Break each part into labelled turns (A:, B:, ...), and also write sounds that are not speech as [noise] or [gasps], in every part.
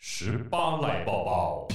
A: 十八来抱抱。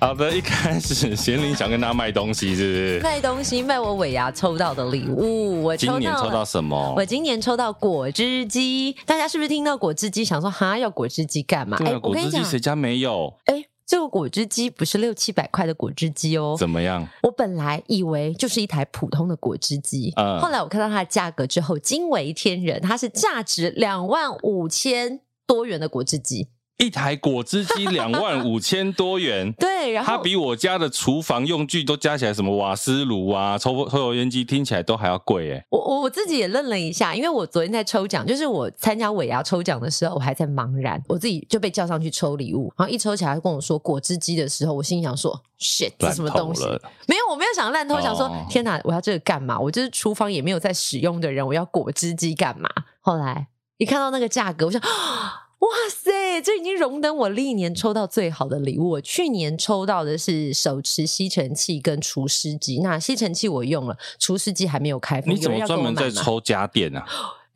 B: 好的，一开始贤玲想跟大家卖东西，是不是？
C: [laughs] 卖东西，卖我尾牙抽到的礼物，我抽
B: 今
C: 到
B: 年抽
C: 了
B: 到什么
C: 我？今年抽到果汁机，大家是不是听到果汁机想说哈要果汁机干嘛？
B: 对
C: 哎、
B: 啊，
C: 我
B: 果
C: 跟
B: 汁
C: 你
B: 机
C: 讲，
B: 谁家没有？
C: 哎、这个果汁机不是六七百块的果汁机哦。
B: 怎么样？
C: 我本来以为就是一台普通的果汁机，
B: 嗯
C: 后来我看到它的价格之后惊为天人，它是价值两万五千多元的果汁机。
B: 一台果汁机
C: [laughs]
B: 两万五千多元，
C: 对，然后
B: 它比我家的厨房用具都加起来，什么瓦斯炉啊、抽抽油烟机，听起来都还要贵哎。
C: 我我我自己也愣了一下，因为我昨天在抽奖，就是我参加尾牙抽奖的时候，我还在茫然，我自己就被叫上去抽礼物，然后一抽起来他跟我说果汁机的时候，我心想说 shit 这
B: 烂
C: 什么
B: 透
C: 东西？
B: 了，
C: 没有，我没有想烂透，
B: 哦
C: 想说天哪，我要这个干嘛？我就是厨房也没有在使用的人，我要果汁机干嘛？后来一看到那个价格，我想。 [gasps] 啊哇塞，这已经荣登我历年抽到最好的礼物。我去年抽到的是手持吸尘器跟除湿机，那吸尘器我用了，除湿机还没有开封。
B: 你怎
C: 有
B: 么
C: 人要
B: 专
C: 跟我
B: 门
C: 买
B: 在
C: 吗？
B: 抽家电啊？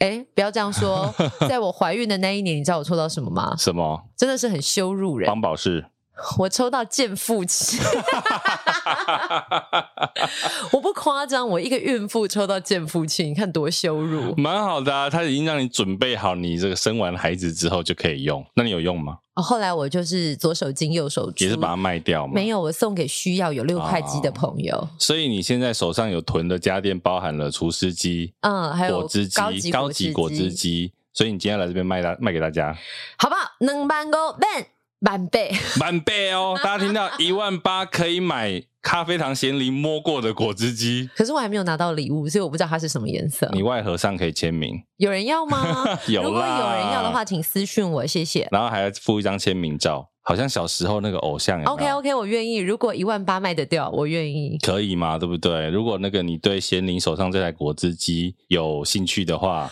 C: 哎，不要这样
B: [laughs]
C: 说，在我怀孕的那一年，你知道我抽到什么吗？
B: 什么
C: 真的是很羞辱人。
B: 帮宝适？
C: [laughs] 我抽到健腹器， [laughs] 我不夸张，我一个孕妇抽到健腹器，你看多羞辱
B: 蛮好的啊，它已经让你准备好，你这个生完孩子之后就可以用。那你有用吗？
C: 哦后来我就是左手进右手出，
B: 也是把它卖掉吗？哦
C: 没。有，我送给需要有六块肌的朋友，
B: 所以你现在手上有囤的家电，包含了除湿机、
C: 嗯，还有
B: 果汁
C: 高
B: 机、
C: 级
B: 高级果汁
C: 汁，
B: 机。所以你今天来这边卖大卖给大家，
C: 好不好？能办够办满倍， [laughs]
B: 满倍哦！大家听到一万八可以买咖啡糖咸梨摸过的果汁机，
C: 可是我还没有拿到礼物，所以我不知道它是什么颜色。
B: 你外盒上可以签名，
C: 有人要吗？
B: [laughs] 有啦。
C: 如果有人要的话，，请私讯我，谢谢。
B: 然后还要附一张签名照，好像小时候那个偶像有没有
C: OK OK，我愿意。如果一万八卖得掉，我愿意。
B: 可以吗？对不对？如果那个你对贤玲手上这台果汁机有兴趣的
C: [laughs]
B: 话，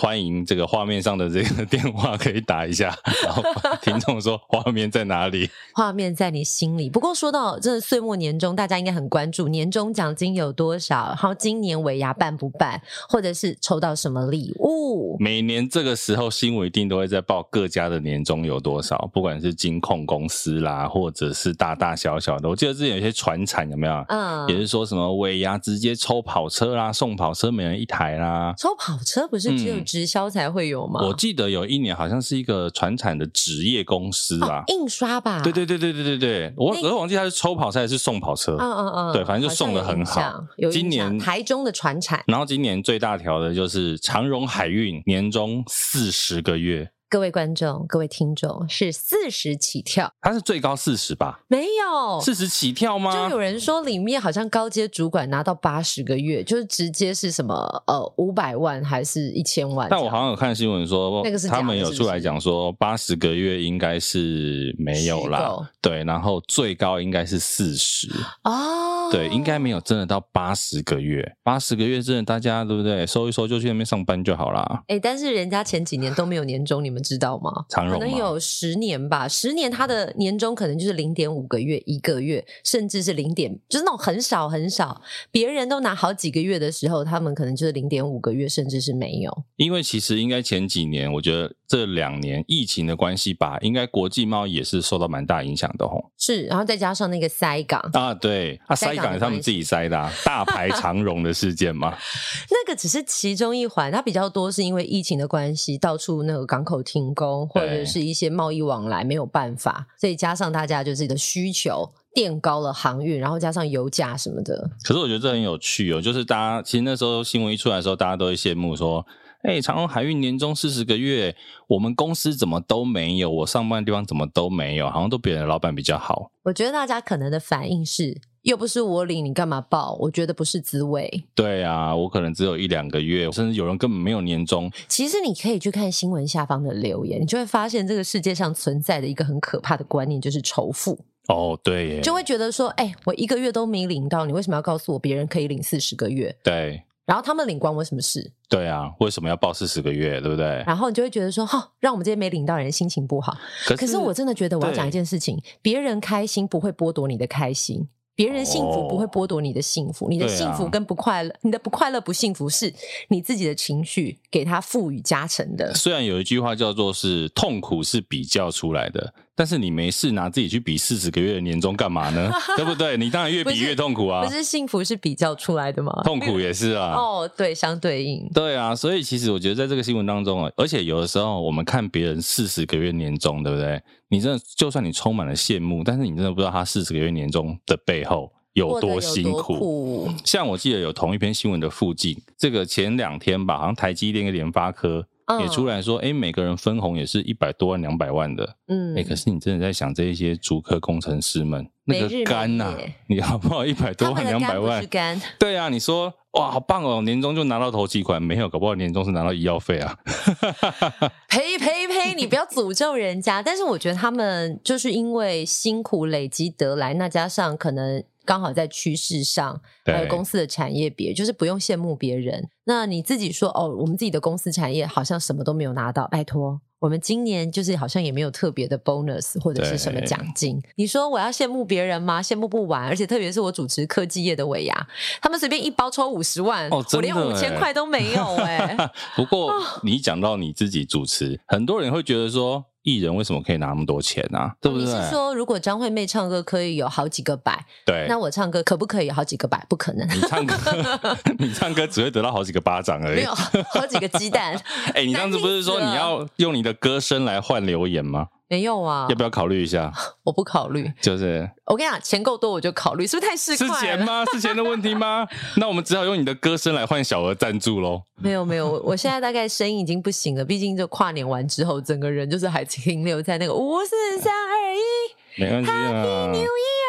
B: 欢迎这个画面上的这个电话可以打一下。然后听众说画面在哪里？
C: 画面在你心里。不过说到真的岁末年终，大家应该很关注年终奖金有多少，然后今年尾牙办不办，或者是抽到什么礼物。
B: 每年这个时候新闻一定都会在报各家的年终有多少，不管是金控公司啦，或者是大大小小的。我记得之前有些船产有没有？
C: 嗯
B: 也，是说什么尾牙直接抽跑车啦，送跑车每人一台啦。
C: 抽跑车不是只有
B: 嗯
C: 直销才会有吗？
B: 我记得有一年好像是一个船产的职业公司
C: 哦
B: 啦，
C: 印刷吧。
B: 对对对对对对对，我
C: 那
B: 我都忘记他是抽跑车还是送跑车。
C: 嗯，嗯嗯嗯，
B: 对反正就送得
C: 好像有
B: 很好
C: 印象有印象
B: 今年
C: 台中的船产，
B: 然后今年最大条的就是长荣海运年终四十个月，
C: 各位观众、各位听众是四十起跳，
B: 它是最高四十吧？
C: 没有。
B: 四十起跳
C: 哦就
B: 吗
C: 有？人说里面好像高阶主管拿到八十个月，就是直接是什么呃五百万还是一千万这
B: 但
C: 样？
B: 我好像有看新闻说，
C: 那个是假的
B: 他们有出来讲说，八十个月应该是没有
C: 虚
B: 啦
C: 构，
B: 对，然后最高应该是四十，
C: 哦，
B: 对，应该没有真的到八十个月，八十个月真的大家对不对？收一收就去那边上班就好啦。
C: 哎、但是人家前几年都没有年终，你们知道吗？
B: 长
C: 可
B: 荣
C: 能
B: 嘛
C: 有十年吧，十年他的年终可能就是零点五个月、一个月，甚至是零点，就是那种很少很少。别人都拿好几个月的时候，他们可能就是零点五个月，甚至是没有。
B: 因为其实应该前几年，我觉得这两年疫情的关系吧，应该国际贸易也是受到蛮大影响的吼。
C: 是，然后再加上那个塞港，
B: 啊，对，啊，
C: 塞
B: 塞
C: 港的
B: 港也他们自己塞的、啊，大排长荣的事件嘛。
C: 那个只是其中一环，它比较多是因为疫情的关系，到处那个港口停工，或者
B: 对
C: 是一些贸易往来没有办法，所以加上大家就是的需求垫高了航运，然后加上油价什么的，
B: 可是我觉得这很有趣哦，就是大家其实那时候新闻一出来的时候，大家都会羡慕说。哎、长荣海运年终四十个月，我们公司怎么都没有，我上班的地方怎么都没有，好像都别人的老板比较好。
C: 我觉得大家可能的反应是，又不是我领，你干嘛报？我觉得不是滋味。
B: 对啊，我可能只有一两个月，甚至有人根本没有年终，
C: 其实你可以去看新闻下方的留言，你就会发现这个世界上存在的一个很可怕的观念，就是仇富，
B: 哦，对耶，
C: 就会觉得说，哎、我一个月都没领到，你为什么要告诉我别人可以领四十个月？
B: 对
C: 然后他们领关我什么事？
B: 对啊，为什么要报四十个月，对不对？
C: 然后你就会觉得说，哈、让我们这些没领到的人心情不好。
B: 可
C: 可是我真的觉得我要讲一件事情，别人开心不会剥夺你的开心，别人幸福不会剥夺你的幸福，你的
B: 对啊
C: 幸福跟不快乐，你的不快乐、不幸福是你自己的情绪给它赋予加成的。
B: 虽然有一句话叫做是痛苦是比较出来的，但是你没事拿自己去比四十个月的年终干嘛
C: [laughs]
B: 呢？对不对？你当然越
C: 不
B: 比
C: 是
B: 越痛苦啊
C: 不，是幸福是比较出来的 [laughs] 吗？
B: 痛苦也是啊。
C: 哦，对，相对应，
B: 对啊，所以其实我觉得在这个新闻当中啊，而且有的时候我们看别人四十个月年终，对不对？你真的就算你充满了羡慕，但是你真的不知道他四十个月年终的背后有
C: 过得
B: 多
C: 有
B: 辛
C: 多苦
B: 像我记得有同一篇新闻的附近，这个前两天吧，好像台积电跟联发科
C: 嗯
B: 也出来说，哎、每个人分红也是一百多万、两百万的。
C: 嗯
B: 哎、可是你真的在想这一些竹科工程师们那
C: 没日
B: 个
C: 没
B: 肝呐、
C: 夜
B: 你好不好？一百多
C: 他
B: 万、
C: 们的
B: 两百
C: 肝不
B: 万
C: 是，肝，
B: 对啊，你说哇，好棒哦，年终就拿到头期款，没有，搞不好年终是拿到医药费啊。
C: 呸呸呸！你不要诅咒人家。但是我觉得他们就是因为辛苦累积得来，那加上可能刚好在趋势上， [laughs] 还有
B: 对
C: 公司的产业别，就是不用羡慕别人。那你自己说哦，我们自己的公司产业好像什么都没有拿到，拜托。我们今年就是好像也没有特别的 bonus 或者是什么
B: 对
C: 奖金。你说我要羡慕别人吗？羡慕不完，而且特别是我主持科技业的尾牙，他们随便一包抽五十万，
B: 哦真
C: 我连
B: 的
C: 五千
B: 欸
C: 块都没有哎、
B: [laughs]
C: 啊
B: 不过你讲到你自己主持，很多人会觉得说，艺人为什么可以拿那么多钱啊？对不
C: 哦你
B: 对？
C: 是说，如果张惠妹唱歌可以有好几个百，
B: 对
C: 那，我唱歌可不可以有好几个百？不可能，
B: [laughs] 你唱歌， [laughs] 你唱歌只会得到好几个巴掌而
C: 没
B: 已
C: 有。好几个鸡蛋，
B: [laughs] 哎、你上次不是说
C: 担心
B: 你
C: 死了
B: 要用你的歌声来换留言吗？
C: 没有 [laughs] 啊
B: 要，不要考虑一下？
C: 我不考虑。
B: 就是
C: 我跟你讲，钱够多我就考虑，是不是太市
B: 是
C: 侩
B: 钱
C: 了？
B: 吗？是钱的问题
C: [laughs]
B: 吗？那我们只好用你的歌声来换小额赞助喽。
C: 没有没有， [laughs] 我我现在大概声音已经不行了，毕竟就跨年完之后，整个人就是还停留在那个五四三二一
B: 没关系啊。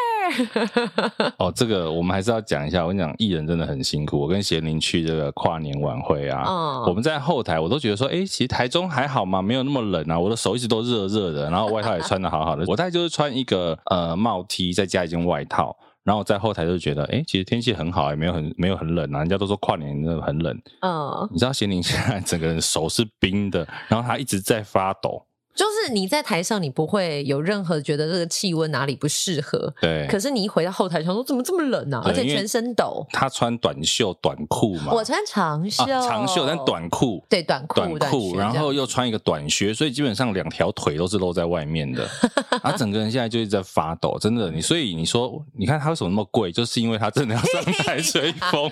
C: New Year。
B: 哦，这个我们还是要讲一下。我跟你讲，艺人真的很辛苦。我跟贤玲去这个跨年晚会啊，
C: 嗯
B: 我们在后台我都觉得说，哎、其实台中还好嘛，没有那么冷啊。我的手一直都热热的，然后外套也穿的好好的。我大概就是穿一个呃帽 T，再加一件外套。然后我在后台就觉得，哎，其实天气很好，也没有很没有很冷啊。人家都说跨年真的很冷，
C: 嗯，
B: 你知道贤玲现在整个人手是冰的，然后她一直在发抖。
C: 就是你在台上，你不会有任何觉得这个气温哪里不适合，
B: 对，
C: 可是你一回到后台，想说怎么这么冷啊，
B: 对
C: 而且
B: 因为
C: 全身抖。
B: 她穿短袖短裤嘛，
C: 我穿长袖，
B: 啊长袖但短裤，
C: 对短裤
B: 短
C: 短
B: 裤，
C: 裙
B: 然
C: 这样
B: 后又穿一个短靴，所以基本上两条腿都是露在外面
C: [laughs]
B: 的，然后整个人现在就一直在发抖，真的。你所以你说，你看他为什么那么贵，就是因为他真的要上台吹
C: [laughs]
B: 风。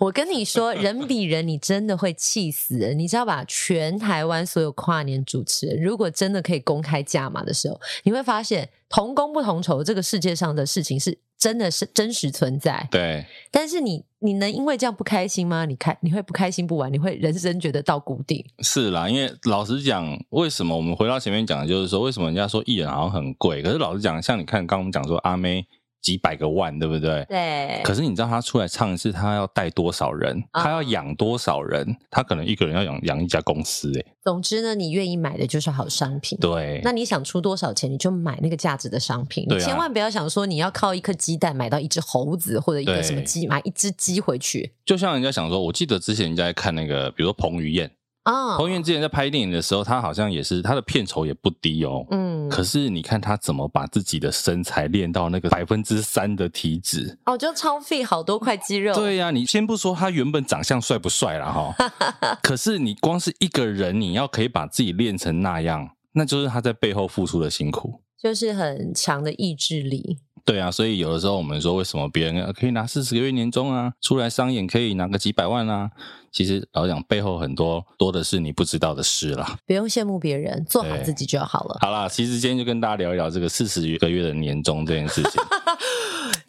C: 我跟你说，人比人，你真的会气死人。你知道吧？全台湾所有跨年主持人，如果真的可以公开价码的时候，你会发现同工不同酬，这个世界上的事情是真的是真实存在。
B: 对，
C: 但是你你能因为这样不开心吗？你开你会不开心不完，你会人生觉得到谷底。
B: 是啦，因为老实讲，为什么我们回到前面讲，的就是说为什么人家说艺人好像很贵，可是老实讲，像你看刚刚我们讲说阿妹几百个万，对不对？
C: 对
B: 可是你知道他出来唱一次，他要带多少人？
C: 啊
B: 他要养多少人？他可能一个人要养养一家公司、欸，哎，
C: 总之呢，你愿意买的就是好商品。
B: 对，
C: 嗯那你想出多少钱，你就买那个价值的商品。
B: 对啊
C: 你千万不要想说你要靠一颗鸡蛋买到一只猴子或者一个
B: 对
C: 什么鸡，买一只鸡回去
B: 就像人家想说，我记得之前人家在看那个，比如说彭于晏，
C: 啊。
B: 彭于晏之前在拍电影的时候，他好像也是他的片酬也不低哦。
C: 嗯，
B: 可是你看他怎么把自己的身材练到那个百分之三的体脂？
C: 哦，就超费好多块肌肉。
B: 对呀、你先不说他原本长相帅不帅啦
C: [laughs]
B: 哈，可是你光是一个人，你要可以把自己练成那样，那就是他在背后付出的辛苦。
C: 就是很强的意志力。
B: 对啊，所以有的时候我们说，为什么别人呃可以拿四十个月年终啊，出来商演可以拿个几百万啊？其实老实讲背后很多多的是你不知道的事啦。 [laughs]
C: 不用羡慕别人，做好
B: 对
C: 自己就好了。
B: 好啦，其实今天就跟大家聊一聊这个四十个月的年终这件事
C: [laughs]
B: 情，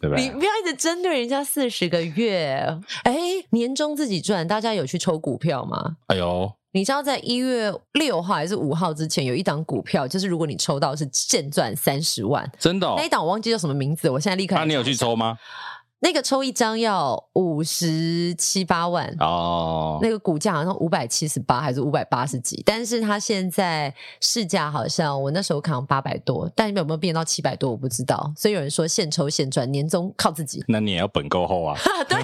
B: 对不
C: 你
B: 对？
C: 不要一直针对人家四十个月，哎，年终自己赚，大家有去抽股票吗？
B: 哎呦，
C: 你知道在一月六号还是五号之前有一档股票，就是如果你抽到是现赚三十万，
B: 真的、哦
C: 那一？档我忘记叫什么名字，我现在立刻
B: 那、
C: 来
B: 你有
C: 查
B: 去抽吗？
C: 那个抽一张要五十七八万，
B: 哦，。
C: 那个股价好像五百七十八还是五百八十几，但是它现在市价好像我那时候看八百多，但有没有变到七百多我不知道，所以有人说现抽现赚，年终靠自己
B: [laughs] 那你也要本够厚
C: [laughs]
B: 啊。
C: 啊，对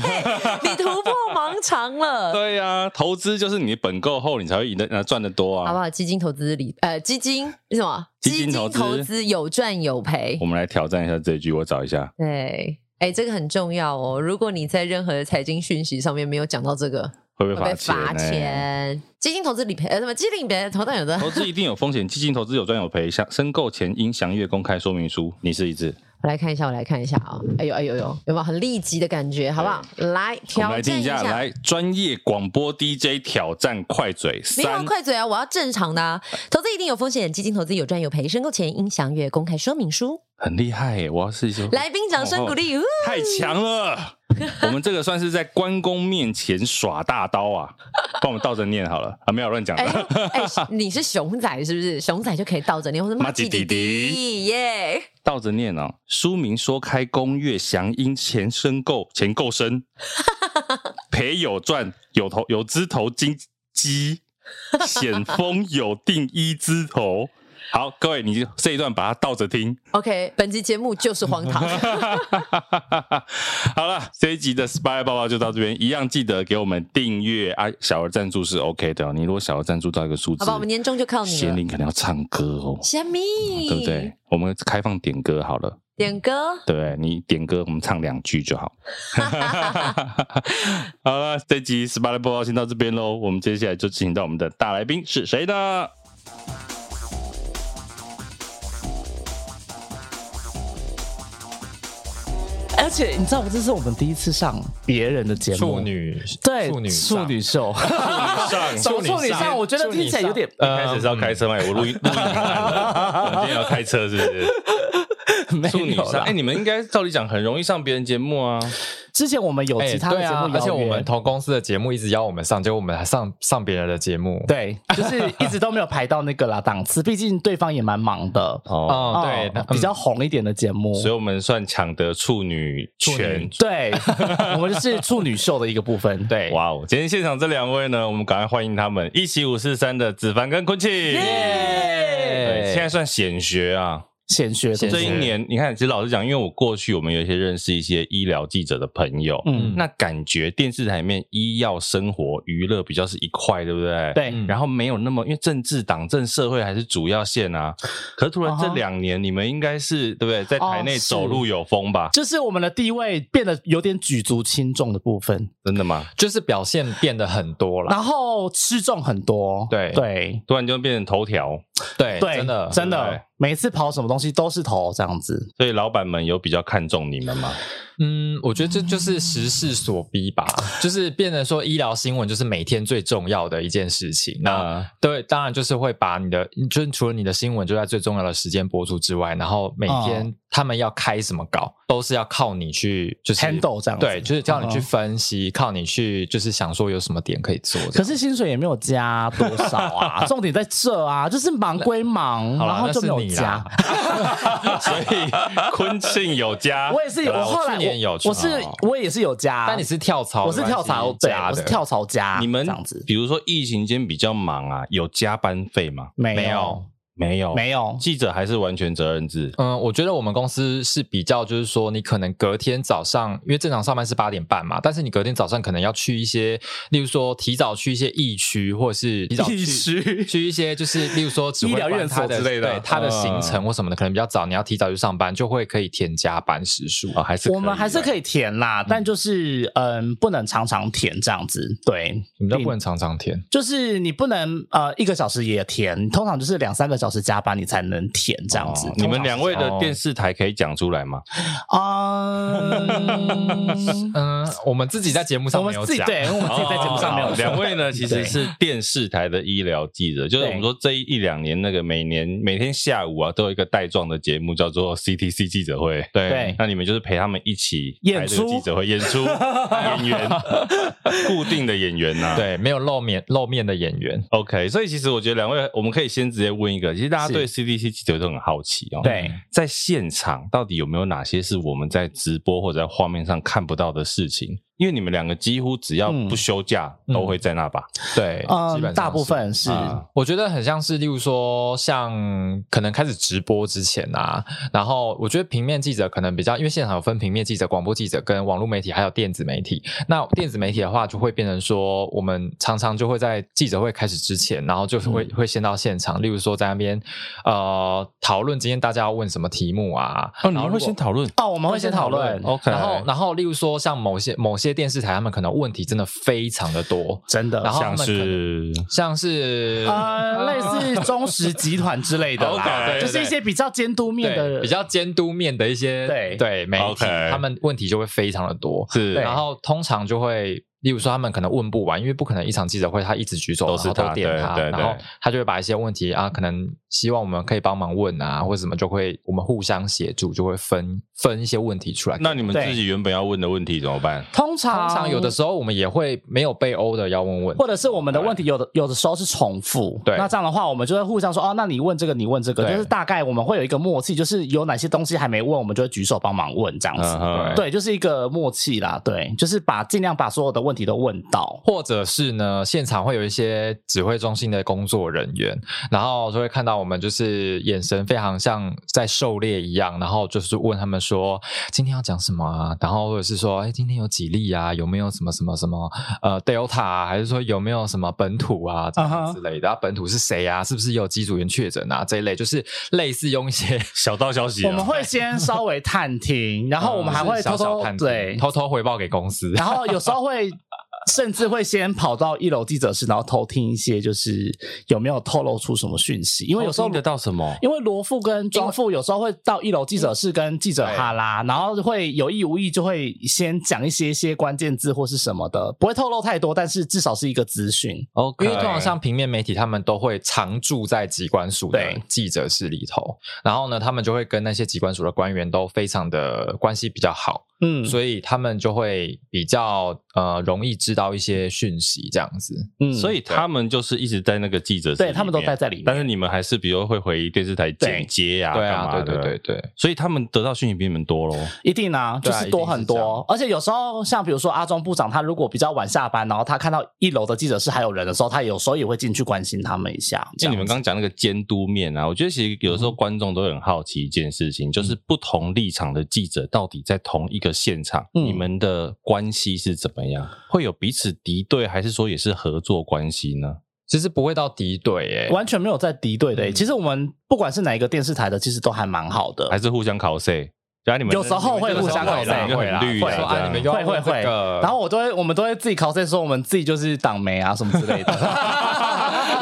C: 你突破盲肠了。
B: 对呀、啊，投资就是你本够厚，你才会赢得呃赚得多
C: 好不
B: 啊。
C: 好？基金投资理呃，基金什么？
B: 基金投
C: 投
B: 资
C: 资有赚有赔
B: 我。们来挑战一下这句，我找一下。
C: 对，哎、哎，这个很重要哦。如果你在任何的财经讯息上面没有讲到这个，
B: 会被
C: 会被罚
B: 钱、欸。
C: 钱。基金投资理赔，呃，什么基金理赔投但有 [laughs] 的，
B: 投资一定有风险，基金投资有赚有赔。详申购前应详阅公开说明书。你试一次，
C: 我来看一下，我来看一下啊、哎呦哎呦呦，有没有很立即的感觉？好不好？来
B: 我们
C: 挑
B: 来
C: 战
B: 听一下，来专业广播 DJ 挑战快嘴
C: 没有
B: 三。
C: 快嘴啊！我要正常的、啊，投资一定有风险，基金投资有赚有赔，申购前应详阅公开说明书。
B: 很厉害耶！我要试一试。
C: 来宾掌声鼓励，呜
B: 太强
C: [laughs]
B: 了！我们这个算是在关公面前耍大刀啊！帮我们倒着念好了啊，没有乱讲
C: 哎
B: 的。
C: 哎，你是熊仔是不是？熊仔就可以倒着念，或者马
B: 马
C: 吉
B: 吉
C: 弟
B: 弟
C: 弟
B: 弟
C: 耶！
B: 倒着念哦。书名说开工月祥因前申购前购生，
C: [laughs]
B: 赔有赚有投有资投金鸡，险峰有定一资投。好，各位，你这一段把它倒着听。 [laughs]
C: OK，本期节目就是荒唐。
B: 好了，这一集的 Spy 报报就到这边，一样记得给我们订阅啊，小额赞助是 OK 的哦、你如果小额赞助到一个数字，
C: 好吧，我们年终就靠你
B: 贤
C: 了。
B: 玲可能要唱歌哦，
C: 虾米，
B: 对不对？？我们开放点歌好了。
C: 点歌，
B: 对你点歌，我们唱两句 [laughs] 就好。好了，这集十八的播报先到这边喽。我们接下来就进行到我们的大来宾是谁 [laughs] 呢？
D: 而且你知道，我这是我们第一次上别人的节目，
E: 处女
D: 对
E: 处女
D: 处女秀，
E: 上
D: 走处女上，我觉得听起来有点
E: 呃
B: 一开始是要开车吗？我录音录音看，今天要开车是不是？
D: 没
B: 处女
D: 有
B: 上，
D: 啦
B: 哎、你们应该照理讲很容易上别人节目啊。
D: 之前我们有其他的
E: 对
D: 节目邀，
E: 啊
D: 约，
E: 而且我们同公司的节目一直邀我们上，结果我们还上上别人的节目。，
D: 对，就是一直都没有排到那个啦档次，毕竟对方也蛮忙的。
B: 哦，
E: 哦，对，
D: 哦
E: 那
D: 比较红一点的节目，
B: 所以我们算抢得处女权。
D: 对， [laughs] 我们就是处女秀的一个部分。对，
B: 哇哦！今天现场这两位呢，我们赶快欢迎他们一起五四三的子凡跟坤庆。对，现在算显学啊。
D: 显学
E: 显
B: 这一
E: 学
B: 年，你看，其实老实讲，因为我过去我们有一些认识一些医疗记者的朋友，
D: 嗯，
B: 那感觉电视台里面医药、生活、娱乐比较是一块，对不对？。
D: 对，
B: 然后没有那么，因为政治、党政、社会还是主要线啊。可是突然
D: 啊哈
B: 这两年，你们应该是对不对，在台
D: 哦
B: 内
D: 是
B: 走路有风吧？
D: 就是我们的地位变得有点举足轻重的部分，
B: 真的吗？
E: 就是表现变得很多了。
D: 然后吃重很多。
E: 对
D: 对
B: 突然就变成头条，
E: 对，
D: 对，
E: 真的
D: 真
B: 对
D: 的，每一次跑什么东西都是头这样子。
B: 所以老板们有比较看重你们吗？
E: 嗯，我觉得这就是时势所逼吧，就是变成说医疗新闻就是每天最重要的一件事情。那
B: 那
E: 对，当然就是会把你的，就是除了你的新闻就在最重要的时间播出之外，然后每天他们要开什么稿，都是要靠你去就是
D: handle 这样子
E: 对，就是叫你去
D: 嗯
E: 分析，靠你去就是想说有什么点可以做。
D: 可是薪水也没有加多少
E: [laughs]
D: 啊，重点在这啊，就是忙归忙，
E: 好
D: 然
E: 啦
D: 后就没
E: 那
D: 有
E: 是你
D: 加
E: 啦。
B: [laughs] 所以坤庆有加，
D: 我也是有，
E: 对啊
D: 后来
E: 我去年有
D: 我
E: 去
D: 我是
B: 哦
D: 我也是有加，
E: [laughs] 但你是跳槽，
D: 我是跳槽对，
E: 加
D: 我
E: 的
D: 是跳槽加，
B: 你们
D: 啊这样子
B: 比如说疫情间比较忙啊，有加班费吗？
D: 没
E: 没
D: 有
E: 有。
B: 没有，
D: 没有
B: 记者还是完全责任制。
E: 嗯，我觉得我们公司是比较，就是说你可能隔天早上，因为正常上班是八点半嘛，但是你隔天早上可能要去一些，例如说提早去一些疫区，或者是提早
D: [laughs]
E: 去
D: 疫区
E: 去一些，就是例如说指
D: [laughs] 医
E: 挥
D: 疗院
E: 官他的
D: 所之类的
E: 对他的行程
B: 嗯
E: 或什么的，可能比较早，你要提早去上班，就会可以填加班时数
B: 哦，还是
D: 我们还是可
B: 以
D: 以填啦，但就是嗯，不能常常填这样子。对，
E: 什么叫不能常常填？
D: 就是你不能呃一个小时也填，通常就是两三个小时加班你才能填这样子
B: 哦。你们两位
E: 哦
B: 的电视台可以讲出来吗？ [laughs]
D: 嗯，
E: 嗯，我们自己在节目上
D: 我
E: 没
D: 们
E: 有
D: 自己
E: 讲，
D: 对，我们自己在节目上没有
B: 哦
D: 说
B: 两位呢，其实
D: 对
B: 是电视台的医疗记者，就是我们说这一两年那个每年每天下午啊，都有一个带状的节目叫做 CTC 记者会。
D: 对
B: 那你们就是陪他们一起
D: 演
B: 开这个
D: 出
B: 记者会演
D: [laughs]
B: 出演员，固定的演员呐、啊。
E: 对，没有露面露面的演员，
B: OK，所以其实我觉得两位，我们可以先直接问一个，其实大家
E: 是
B: 对 CDC 记者都很好奇哦。，
D: 对，
B: 在现场到底有没有哪些是我们在直播或者在画面上看不到的事情？因为你们两个几乎只要
D: 嗯
B: 不休假、
E: 嗯
B: 都会在那吧？
E: 对，基本上
D: 嗯，
E: 是
D: 大部分是
B: 啊
E: 我觉得很像是，例如说，像可能开始直播之前啊，然后我觉得平面记者可能比较，因为现场有分平面记者、广播记者跟网络媒体，还有电子媒体。那电子媒体的话，就会变成说，我们常常就会在记者会开始之前，然后就是会、
D: 嗯
E: 会先到现场，例如说在那边呃讨论今天大家要问什么题目啊。
B: 哦，你
E: 然后
B: 们
E: 如
B: 会
E: 果
B: 先讨论
D: 哦，我们会先讨论。
B: ，OK？
E: 然后，然后，例如说，像某些某些电视台，他们可能问题真的非常的多，
D: 真的，
E: 然后
B: 像
E: 他们可
B: 是
E: 像是
D: 呃，类似中石集团之类
B: [laughs]
D: 的
B: 哦 OK，
D: 啦，
B: 对
D: 就是一些比较监督面
E: 对
D: 的，
E: 比较监督面的一些
D: 对
E: 对媒体
B: OK
E: 他们问题就会非常的多，
B: 是
D: 对
E: 然后通常就会。例如说，他们可能问不完，因为不可能一场记者会他一直举手，
B: 都是
E: 然后
B: 他
E: 点
B: 对
E: 他，
B: 对
E: 然后
B: 对
E: 他就会把一些问题啊，可能希望我们可以帮忙问啊，或者什么，就会我们互相协助，就会分分一些问题出来。
B: 那你们
D: 对
B: 自己原本要问的问题怎么办？
D: 通
E: 通
D: 常
E: 常有的时候我们也会没有被欧的要问问题
D: 或，者是我们的问题有的有的时候是重复，
E: 对
D: 那这样的话，我们就会互相说哦，那你问这个，你问这个，
E: 对
D: 就是大概我们会有一个默契，就是有哪些东西还没问，我们就会举手帮忙问这样
E: 嗯
D: 子。
B: 哼
D: 对，就是一个默契啦，对，就是把尽量把所有的问题都问到。
E: 或者是呢，现场会有一些指挥中心的工作人员，然后就会看到我们就是眼神非常像在狩猎一样，然后就是问他们说今天要讲什么啊，然后或者是说哎今天有几例啊，有没有什么什么什么呃 Delta 啊，还是说有没有什么本土啊这
D: 啊
E: 样
D: 哈
E: 之类的，啊、本土是谁啊，是不是也有机组员确诊啊这一类，就是类似用一些。 [laughs]
B: 小道消息
D: 我
B: 啊，
D: 们会先稍微探听，然后我们还会偷
E: 嗯就是小
D: 偷
E: 小探听
D: 对，
E: 偷偷回报给公司，
D: 然后有时候
E: [laughs]
D: 会甚至会先跑到一楼记者室，然后偷听一些就是有没有透露出什么讯息，因为有时候
B: 哦偷听得到什么？
D: 因为罗富跟庄富有时候会到一楼记者室跟记者哈拉，然后会有意无意就会先讲一些些关键字或是什么的，不会透露太多，但是至少是一个资讯。
B: OK
E: 因为通常像平面媒体，他们都会常驻在机关署的
D: 对
E: 记者室里头，然后呢，他们就会跟那些机关署的官员都非常的关系比较好，
D: 嗯，
E: 所以他们就会比较呃容易知道一些讯息这样子。
D: 嗯
B: 所以他们就是一直在那个记者室
D: 对
B: 里
D: 他们都
B: 面
D: 待在里面
B: 但是你们还是比如会回电视台剪接呀、
E: 对
B: 干
E: 啊，
B: 嘛
E: 对
B: 的
E: 对对，对，
B: 所以他们得到讯息比你们多
D: [laughs]
B: 喽。
D: 一定啊，就
E: 对啊
D: 是多很
E: 一定是这
D: 多
E: 样，
D: 而且有时候像比如说阿中部长，他如果比较晚下班，然后他看到一楼的记者室还有人的时候，他有时候也会进去关心他们一下。这
B: 像
D: 样嗯
B: 你们刚刚讲那个监督面啊，我觉得其实有时候观众都会很好奇一件事情，就是不同立场的记者到底在同一个现场，
D: 嗯
B: 你们的关系是怎么样？会有彼此敌对，还是说也是合作关系呢？
D: 呃
E: 其实不会到敌对耶、
D: 完全没有在敌对的、
E: 嗯
D: 其实我们不管是哪一个电视台的，其实都还蛮好的
B: 还。是互相考试？然后你们
D: 有时候会互相
B: 考
D: 考
B: 试，
D: 试
B: 你们
D: 会啦
B: 很绿
D: 会
E: 说
B: 啊，这
E: 哎，
B: 样
E: 你们又要
D: 会会
E: 问这
D: 会，
E: 个
D: 然后我都会，我们都会自己 cos 说我们自己就是党媒啊什么之类 [laughs] 的。
B: [laughs]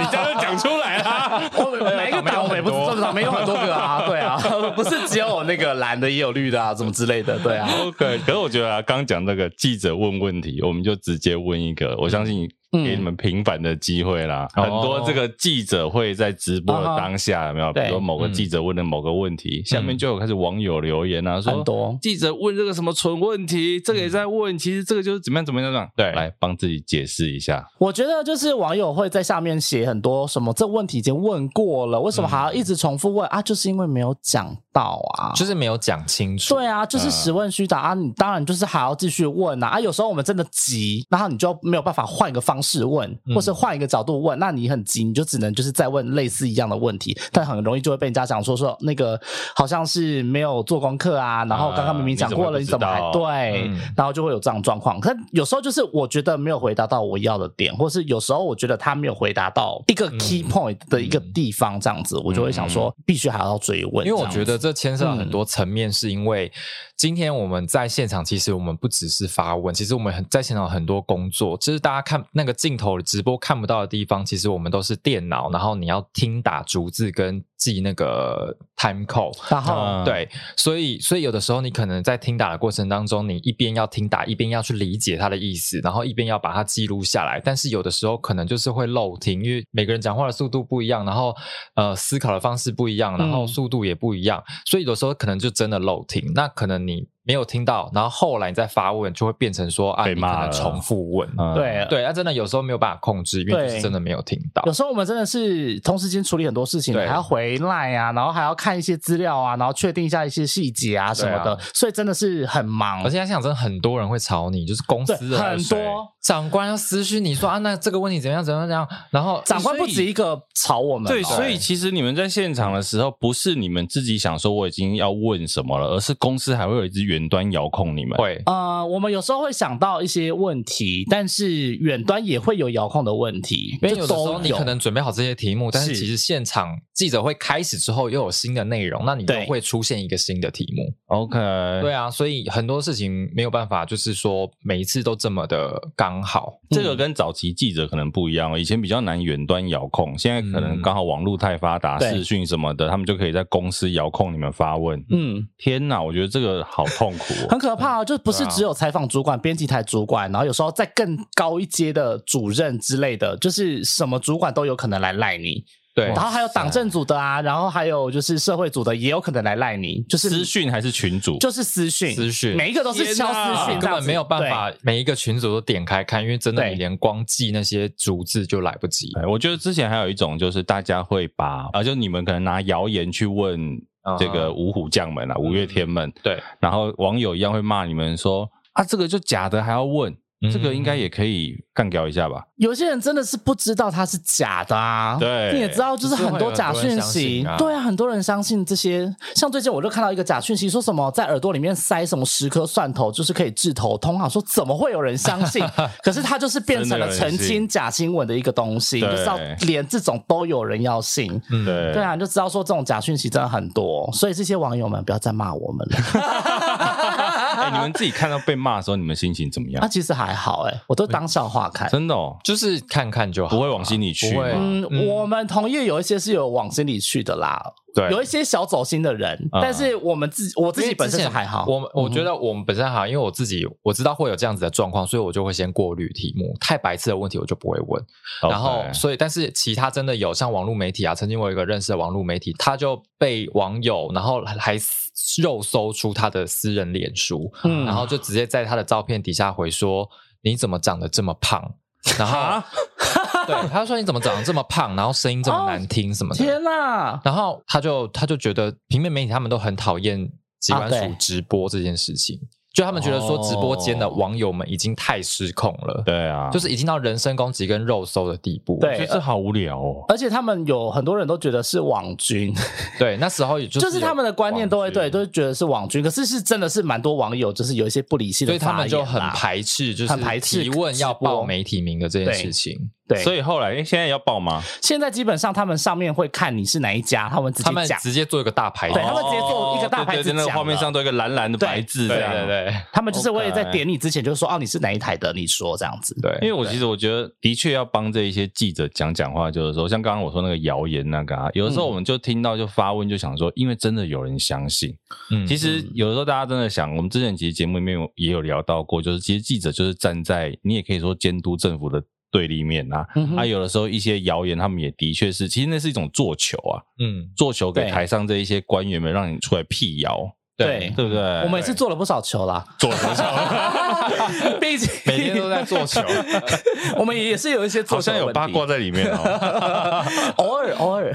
B: 你这样就讲出来啦。
D: [laughs] 我每一个党我也不是说党媒有很多个 [laughs] 啊，对啊，不是只有那个蓝的，也有绿的啊，什么之类的，对啊。
B: OK，可是我觉得啊，刚讲那个记者问问题，我们就直接问一个，我相信给你们平反的机会啦。
E: 嗯
B: 很多这个记者会在直播的当下，有没有？比
D: 对
B: 如说某个记者问了某个问题，下面就有开始网友留言啊，说
D: [laughs] 很多
B: 记者问这个什么蠢问题，这个也在问，其实这个就是怎么样怎么样怎么样。
E: 对
B: 来帮自己解释一下。
D: 我觉得就是网友会在下面写很多什么，这问题已经问过了，为什么还要一直重复问啊？就是因为没有讲到啊，
E: 就是没有讲清楚。
D: 对
B: 嗯
D: 啊，就是实问虚答啊！你当然就是还要继续问啊！啊，有时候我们真的急，然后你就没有办法换一个方式问，或
B: 嗯
D: 是换一个角度问。那你很急，你就只能就是再问类似一样的问题，但很容易就会被人家讲说说那个好像是没有做功课啊，然后刚刚明明讲过
B: 啊你
D: 了，你
B: 怎
D: 怎
B: 么会
D: 么还
B: 不知道
D: 对？
E: 嗯
D: 然后就会有这样的状况。可有时候就是我觉得没有回答到我要的点，或是有时候我觉得他没有回答到一
B: 嗯
D: 个 key point 的一个地方，这样子我就会想说必须还要追问。
E: 因为我
D: 这
E: 觉
D: 样子嗯
E: 得这牵涉到很多层面，是因为今天我们在现场，其实我们不只是发问，其实我们很在现场有很多工作，就是大家看那个镜头直播看不到的地方，其实我们都是电脑，然后你要听打逐字跟记那个 time code。
D: 然
B: 嗯
D: 后。
E: 哦对，所以所以有的时候你可能在听打的过程当中，你一边要听打，一边要去理解它的意思，然后一边要把它记录下来。但是有的时候可能就是会漏听，因为每个人讲话的速度不一样，然后呃思考的方式不一样，然后
D: 嗯
E: 速度也不一样，所以有时候可能就真的漏听。那可能你没有听到，然后后来你再发问，就会变成说啊，
B: 被
E: 你可
B: 骂
E: 能
B: 了
E: 重复问。
B: 嗯，
D: 对
E: 对，啊那真的有时候没有办法控制，因为就是
D: 对
E: 真的没有听到
D: 有。时候我们真的是同时间处理很多事情，
E: 对
D: 还要回来啊，然后还要看一些资料啊，然后确定一下一些细节啊什么的，所以真的是很忙
E: 而。且想真的很多人会吵你，就是公司的
D: 对很
E: 谁
D: 多
E: 长官要私讯你说啊，那这个问题怎么样怎么样怎么样，然后
D: 长官不止一个吵我们哦，
B: 对，所以其实你们在现场的时候，不是你们自己想说我已经要问什么了，而是公司还会有一只远端遥控你们。
E: 会
D: 呃，我们有时候会想到一些问题，但是远端也会有遥控的问题，
E: 因为
D: 就
E: 有的时
D: 都
E: 候你可能准备好这些题目，但是
D: 是
E: 其实现场记者会开始之后又有新的内容，那你又
D: 对
E: 会出现一个新的题目。
B: ，OK，
E: 对啊，所以很多事情没有办法，就是说每一次都这么的刚好。
B: 这个跟早期记者可能不一样哦，以前比较难远端遥控，现在可能刚好网络太发达，
D: 嗯对
B: 视讯什么的，他们就可以在公司遥控你们发问。
D: 嗯。
B: 天哪，我觉得这个好痛苦哦、
D: 很可怕哦，就不是只有采访主管、编辑台主管，然后有时候在更高一阶的主任之类的，就是什么主管都有可能来赖你。
E: 对，
D: 然后还有党政组的啊，然后还有就是社会组的也有可能来赖你，就是
B: 私讯还是群主？
D: 就是私讯，
E: 私讯
D: 每一个都是敲私
E: 你
D: 讯，
E: 根本没有办法每一个群组都点开看，因为真的
D: 对
E: 你连光记那些逐字就来不及。
B: 哎，我觉得之前还有一种就是大家会把啊，就你们可能拿谣言去问
E: 啊嗯
B: 这个五虎将们啊、五岳天们，
E: 对，
B: 然后网友一样会骂你们说啊，这个就假的还要问，
D: 嗯
B: 这个应该也可以干掉一下吧？
D: 有些人真的是不知道它是假的啊，
B: 对
D: 你也知道，就是很多假讯
E: 就是会有很多
D: 息
E: 人相信啊，
D: 对啊，很多人相信这些。像最近我就看到一个假讯息，说什么在耳朵里面塞什么十颗蒜头，就是可以治头痛啊，说怎么会有人相
E: [laughs]
D: 信？可是它就是变成了
B: 真的有人
D: 澄
B: 信
D: 清假新闻的一个东西，你
B: 对
D: 就知道连这种都有人要信。
E: 嗯，
B: 对
D: 对啊，你就知道说这种假讯息真的很多，所以这些网友们不要再骂我们了。
B: [laughs]
E: [laughs]
B: 哎，你们自己看到被骂的时候，你们心情怎么样
D: 啊，？其实还好哎、我都当笑话看。
B: 真的哦，
E: 就是看看就好啊，
B: 不会往心里去
E: 不会
B: 吗
D: 嗯，我们同业有一些是有往心里去的啦，
E: 对嗯
D: 有一些小走心的人，
B: 啊
D: 但是我们自己我自己本身是还好，嗯
E: 我们我觉得我们本身还好，因为我自己我知道会有这样子的状况，所以我就会先过滤题目，太白痴的问题我就不会问。然后
B: OK
E: 所以，但是其他真的有像网络媒体啊，曾经我有一个认识的网络媒体，他就被网友然后还肉搜出他的私人脸书，
D: 嗯
E: 然后就直接在他的照片底下回说：“你怎么长得这么胖？”然后对他说：“你怎么长得这么胖？然后声音这么难听什么的。”
D: 哦天哪，
E: 然后他就他就觉得平面媒体他们都很讨厌机关
D: 啊
E: 署
D: 对
E: 直播这件事情，就他们觉得说直播
D: 哦
E: 间的网友们已经太失控了，
B: 对啊，
E: 就是是已经到人身攻击跟肉搜的地步。
D: 对呃
B: 觉得这好无聊哦。
D: 而且他们有很多人都觉得是网军，
E: 对，那时候也就
D: 就是他们的观念都会
E: 有网
D: 对，
E: 剧
D: 都是觉得是网军，可是是真的是蛮多网友就是有一些不理性
E: 所
D: 的
E: 以
D: 发言啦，
E: 他们就很排斥，就是
D: 很排斥
E: 提问要
D: 直播
E: 报媒体名的这件事情。
D: 对，
B: 所
D: 以
B: 以后来，哎，现在要报吗？
D: 现在基本上他们上面会看你是哪一家，他们直
E: 他
D: 接
E: 们
D: 讲。
E: 直接做一个大排
D: 对
E: 档
D: 他，们直接做一个大牌
B: 哦对
D: 子
B: 对对那个
D: 讲
B: 画面
D: 了
B: 上都有一个蓝蓝的白字，
E: 对
B: 这样
E: 对对
D: 他们就是会在
B: OK
D: 点你之前就说哦你是哪一台的，你说这样子。
E: 对，
B: 因为我其实我觉得，的确要帮这一些记者讲讲话，就是说，像刚刚我说那个谣言那个啊，有
D: 嗯
B: 的时候我们就听到就发问，就想说，因为真的有人相信。
E: 嗯
B: 其实有的时候大家真的想，我们之前其实节目里面有也有聊到过，就是其实记者就是站在你也可以说监督政府的对立面啊，
D: 嗯哼
B: 啊，有的时候一些谣言他们也的确是，其实那是一种做球啊，
E: 嗯
B: 做球给
D: 对
B: 台上这一些官员们，让你出来辟谣，
D: 对
B: 对哎不对？
D: 我们也是做了不少球啦，
B: [laughs] 做球，
D: 毕竟
E: 每天都
D: [laughs]
E: 在做球，
D: 我们也是有一些
B: 好
D: 做球
B: 像
D: 的
B: 有
D: 问题
B: 八卦，在里面
D: [laughs]
B: 哦。
D: 偶尔偶尔，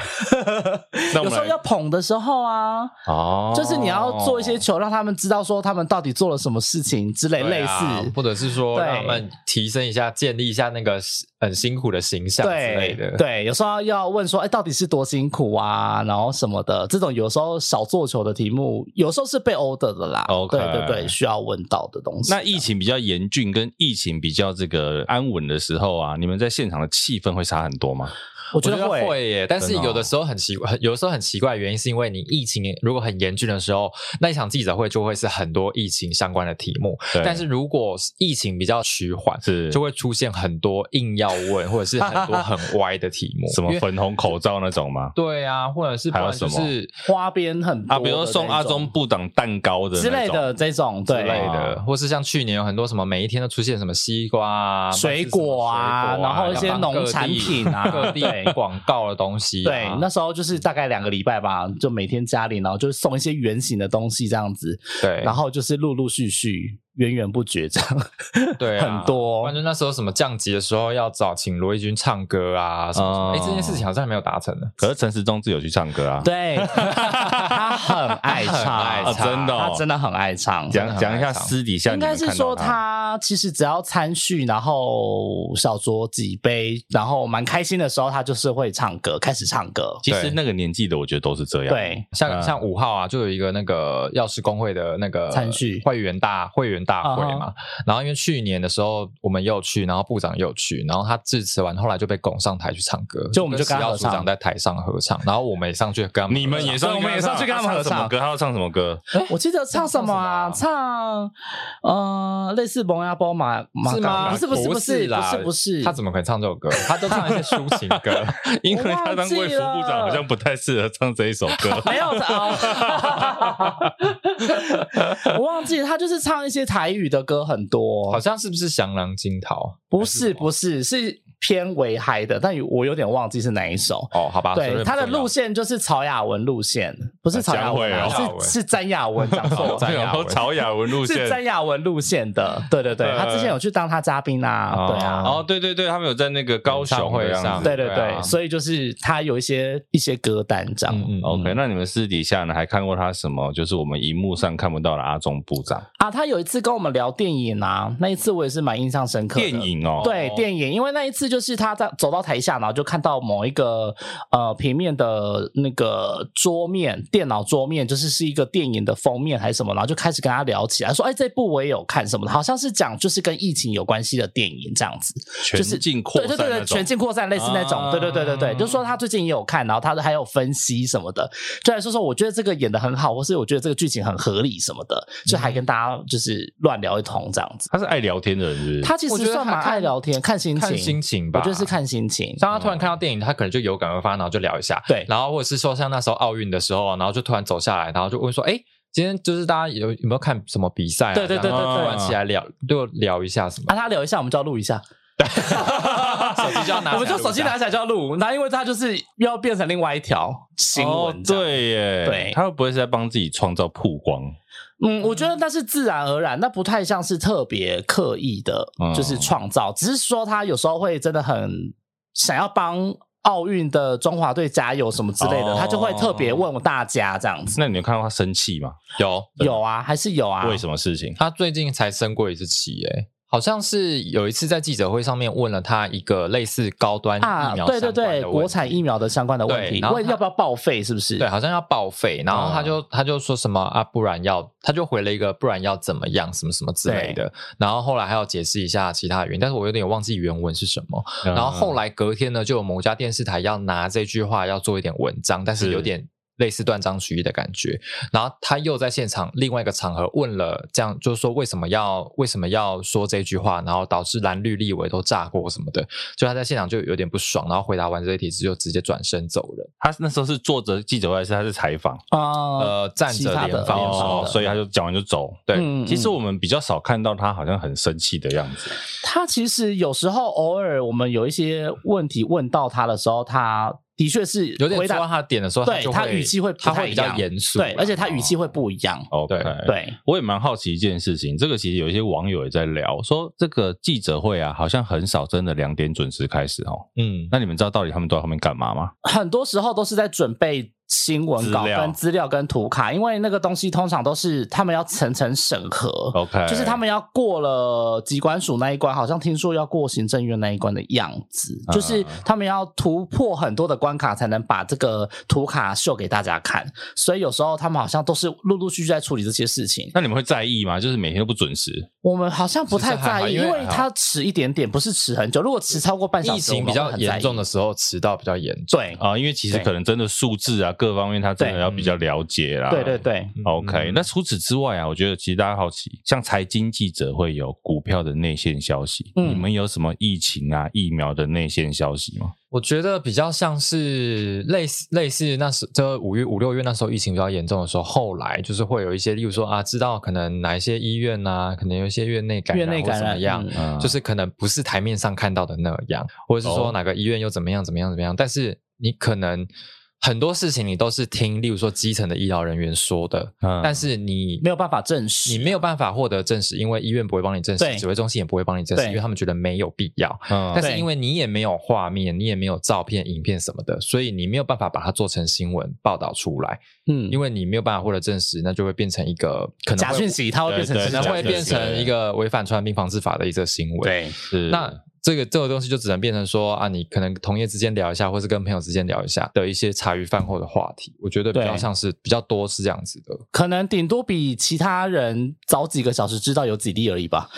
B: 那我
D: 有
B: 们
D: 时候
B: 来
D: 要捧的时候啊，
B: 哦
D: 就是你要做一些球，让他们知道说他们到底做了什么事情之类
E: 对
D: 类
E: 啊
D: 似。
E: 或者是说
D: 对
E: 让他们提升一下，建立一下那个很辛苦的形象之类
D: 对
E: 的。
D: 对，有时候要问说，哎，到底是多辛苦啊，然后什么的，这种有时候少做球的题目，有时候是被 order 的啦。
B: OK
D: 对对对，需要问到的东西。
B: 那疫情比较严峻，跟疫情比较这个安稳的时候啊，你们在现场的气氛会差很多吗？
D: 我
E: 我觉
D: 觉
E: 得
D: 得会，
E: 会耶，但是
B: 真的哦
E: 有的时候很奇怪，有的时候很奇怪的原因是因为你疫情如果很严峻的时候，那一场记者会就会是很多疫情相关的题目。
B: 对
E: 但是如果疫情比较趋缓，
B: 是，
E: 就会出现很多硬要问或者是很多很歪的题目
B: 什么
E: 因为
B: 粉红口罩那种吗？
E: 对啊，或者是不
B: 还有
E: 然就
B: 什么
E: 是
D: 花边很多
B: 啊，比如说
D: 的
B: 送
D: 那
B: 阿
D: 种
B: 中部长蛋糕的那
D: 之类
B: 种
D: 的，这种，对
E: 之类的
B: 啊，
E: 或是像去年有很多什么每一天都出现什么西瓜啊、
D: 水果啊
E: 或者是什
D: 然后一些
E: 么水要帮各地
D: 农产品啊
E: 各地
D: 对
E: 广告的东西、啊。
D: 对，那时候就是大概两个礼拜吧，就每天家里，然后就送一些圆形的东西这样子，
E: 对，
D: 然后就是陆陆续续、源源不绝这样， [laughs]
E: 对、啊、
D: 很多
E: 反正那时候什么降级的时候要找请罗一军唱歌啊什么
B: 哦
E: 什么，哎、这件事情好像还没有达成呢。
B: 可是陈时中自己有去唱歌啊，
D: 对，他很爱
B: [laughs]
E: 他很爱
D: 唱，
E: 唱
B: 真的哦
D: 他真的很爱唱。
E: 真
B: 讲
E: 的很
B: 讲一下
E: 爱唱
B: 私底下
D: 应
B: 你们
D: 该是
B: 看到
D: 说他其实只要参叙，然后小酌几杯，然后蛮开心的时候，他就是会唱歌，开始唱歌。
B: 其实
E: 对
B: 那个年纪的，我觉得都是这样。，
D: 对，
E: 像、
B: 嗯
E: 像五号啊，就有一个那个药师工会的那个
D: 参叙嗯
E: 会员大会员大会嘛。然后因为去年的时候我们也有去，然后部长也有去，然后他致辞完，后来就被拱上台去唱歌，
D: 就我们就跟
E: 跟
D: 他
E: 食药
D: 合
E: 署
D: 唱
E: 长在台上合唱，然后我们也上去跟他们合唱，
B: 你们也
D: 对
B: 上，
D: 我们也上去跟他们合
B: 什么
D: 唱
B: 歌？他要唱什么 [laughs] 歌？
D: 我记得唱什么啊？哎唱呃，类似《蒙牙波马马
E: 是吗？
D: 不是不是
E: 不
D: 是不
E: 啦，
D: 是不是， [laughs]
E: 他怎么可能唱这首歌？他都唱一些抒情歌，
B: 因为他当卫副部长好像不太适合唱这一首 [laughs] 歌。
D: 没有的哦，我忘记了他就是唱一些台语的歌很多，
E: 好像是不是《降狼金桃
D: 不是不是是偏为嗨的，但我有点忘记是哪一首》。。
E: 哦，好吧，所以
D: 对，
E: 不
D: 他的
E: 重要
D: 路线就是曹雅文路线，不是曹雅文啊、
B: 呃
E: 蒋伟哦
D: 是是詹雅文，讲错 [laughs] 了，
E: 詹雅
B: 然后
E: 文
B: 曹啊雅文路线
D: 是。詹雅文路线的。对对对，
B: 呃
D: 他之前有去当他嘉宾啊，
E: 哦
D: 对啊。
B: 哦，对对对，他们有在那个高
E: 演
B: 雄
E: 唱会
B: 的样子
E: 上
D: 对对
E: 对
D: 对，
E: 啊
D: 所以就是他有一些一些歌单这样。
E: 嗯嗯
B: OK，那你们私底下呢还看过他什么？就是我们荧幕上看不到的阿中部长
D: 啊，他有一次跟我们聊电影啊，那一次我也是蛮印象深刻的。
B: 电影哦，
D: 对电影，因为那一次就是他在走到台下，然后就看到某一个呃平面的那个桌面，电脑桌面，就是是一个电影的封面还是什么，然后就开始跟他聊起来，说哎这部我也有看什么的，好像是讲就是跟疫情有关系的电影这样子，
B: 全
D: 就是
B: 境扩
D: 对
B: 散
D: 对
B: 那种
D: 对对，全境扩散类似那种，
B: 啊
D: 对对对对对，就说他最近也有看，然后他还有分析什么的，就来说说我觉得这个演的很好，或是我觉得这个剧情很合理什么的，就还跟大家就是乱聊一通这样子。
B: 他是爱聊天的人是不是，
D: 他其
E: 我
D: 实
E: 觉得
D: 算
E: 他
D: 蛮爱
E: 看
D: 聊天，看心情，嗯
E: 看心情吧，
D: 我就是。看心情。
E: 像他突然看到电影，他可能就有感而发，然后就聊一下。
D: 对
E: 然后或者是说像那时候奥运的时候啊，然后就突然走下来，然后就问说：“哎、今天就是大家有有没有看什么比赛、啊？”
D: 嗯对对对
E: 然后
D: 对对
E: 突然起来聊，就聊一下什么
D: 啊，。他聊一下，我们就要录一下，
E: [laughs] 手机就要拿起来录一下
D: [laughs] 我们就手机拿起来就要录。那因为他就是又要变成另外一条新
B: 哦
D: 闻，，
B: 对耶，
D: 对
B: 他会不会是在帮自己创造曝光？
D: 嗯，我觉得那是自然而然，那不太像是特别刻意的
E: 哦
B: 嗯，
D: 就是创造，只是说他有时候会真的很想要帮。奥运的中华队加油什么之类的，
B: 哦
D: 他就会特别问大家这样子。
B: 那你有看到他生气吗？
E: 有
D: 有啊，还是有啊？
B: 为什么事情？
E: 他最近才升过一次旗、诶好像是有一次在记者会上面问了他一个类似高端疫
D: 啊？
E: 苗
D: 对对
E: 相关的
D: 对，
E: 问
D: 国
E: 题
D: 产疫苗的相关的问
E: 对
D: 题，
E: 然后
D: 问
E: 他
D: 要不要报废，是不是？
E: 对，好像要报废，然后他就、他就说什么啊，不然要，他就回了一个不然要怎么样，什么什么之类的。然后后来还要解释一下其他的原因，但是我有点忘记原文是什么。
B: 嗯
E: 然后后
B: 来
E: 来隔天呢，就有某家电视台要拿这句话要做一点文章，但是
B: 是
E: 有点。类似断章取义的感觉，然后他又在现场另外一个场合问了，这样就是说为什么要为什么要说这句话，然后导致蓝绿立委都炸锅什么的，就他在现场就有点不爽，然后回答完这一题之后直接转身走人。
B: 他那时候是坐着记者会，还是他是采访？
D: 啊，
E: 呃，站
D: 其
E: 着
D: 他
E: 联
D: 的
E: 防
D: 联防
E: 说
D: 的
B: 哦所以他就讲完就走。
E: 对
D: 嗯
B: 其实我们比较少看到他好像很生气的样子。
D: 他其实有时候偶尔我们有一些问题问到他的时候，他的确是
E: 有点
D: 回
E: 抓
D: 答，
E: 他点的时候，
D: 对
E: 就
D: 他
E: 会
D: 语气会不
E: 他
D: 太
E: 会
D: 一
E: 比较
D: 样
E: 严肃啦，哦
D: 对，而且他语气会不一样，
B: OK，
E: 对
D: 对，
B: 我也蛮好奇一件事情，这个其实有一些网友也在聊，说这个记者会啊，好像很少真的两点准时开始哦。
E: 嗯，
B: 那你们知道到底他们都在后面干嘛吗？
D: 很多时候都是在准备新闻稿、
B: 资料
D: 跟资料、跟图卡，因为那个东西通常都是他们要层层审核。
B: OK，
D: 哦就是他们要过了机关署那一关，好像听说要过行政院那一关的样子，
B: 啊
E: 嗯
D: 就是他们要突破很多的关卡，才能把这个图卡秀给大家看。所以有时候他们好像都是陆陆续续在处理这些事情。
B: 那你们会在意吗？就是每天都不准时，
D: 我们好像不太在意，
E: 其实
D: 因
E: 还好因为
D: 为它迟一点点，不是迟很久。如果迟超过半小时，
E: 疫情比
D: 我
E: 较
D: 们会很在意
E: 严重的，哦时候迟到比较严重，
D: 对，
B: 啊，因为其实
D: 对
B: 可能真的数字啊各方面他真的
D: 对
B: 要比较了解啦。
D: 对对对，
B: OK，
E: 嗯
B: 那除此之外啊，我觉得其实大家好奇，像财经记者会有股票的内线消息，
D: 嗯
B: 你们有什么疫情啊、疫苗的内线消息吗？
E: 我觉得比较像是类似类似那时，这五月五六月那时候疫情比较严重的时候，后来就是会有一些，例如说啊，知道可能哪一些医院啊，可能有一些院内感
D: 院
E: 染
D: 内
E: 或
D: 感
E: 怎么
D: 染
E: 样，
D: 嗯
B: 嗯
E: 就是可能不是台面上看到的那样，或者是
B: 哦
E: 说哪个医院又怎么样怎么样怎么样，但是你可能很多事情你都是听，例如说基层的医疗人员说的，
B: 嗯
E: 但是你
D: 没有办法证实，
E: 你没有办法获得证实，因为医院不会帮你证实
D: 对，
E: 指挥中心也不会帮你证实，
D: 对哦
E: 因为他们觉得没有必要。
B: 嗯
E: 但是因为你也没有画面，你也没有照片、影片什么的，所以你没有办法把它做成新闻报道出来，
D: 嗯
E: 因为你没有办法获得证实，那就会变成一个可能
D: 假
E: 会
D: 讯息，它会变成
B: 对对
E: 可
D: 真
E: 能
D: 的
E: 会变成一
D: 个
E: 个违反传染病防治法的一则新闻。，
D: 对
B: 是嗯
E: 那。这个这个东西就只能变成说啊，你可能同业之间聊一下，或是跟朋友之间聊一下的一些茶余饭后的话题，我觉得比较
D: 对
E: 像是比较多是这样子的。
D: 可能顶多比其他人早几个小时知道有几例而已
E: [laughs]
D: 吧。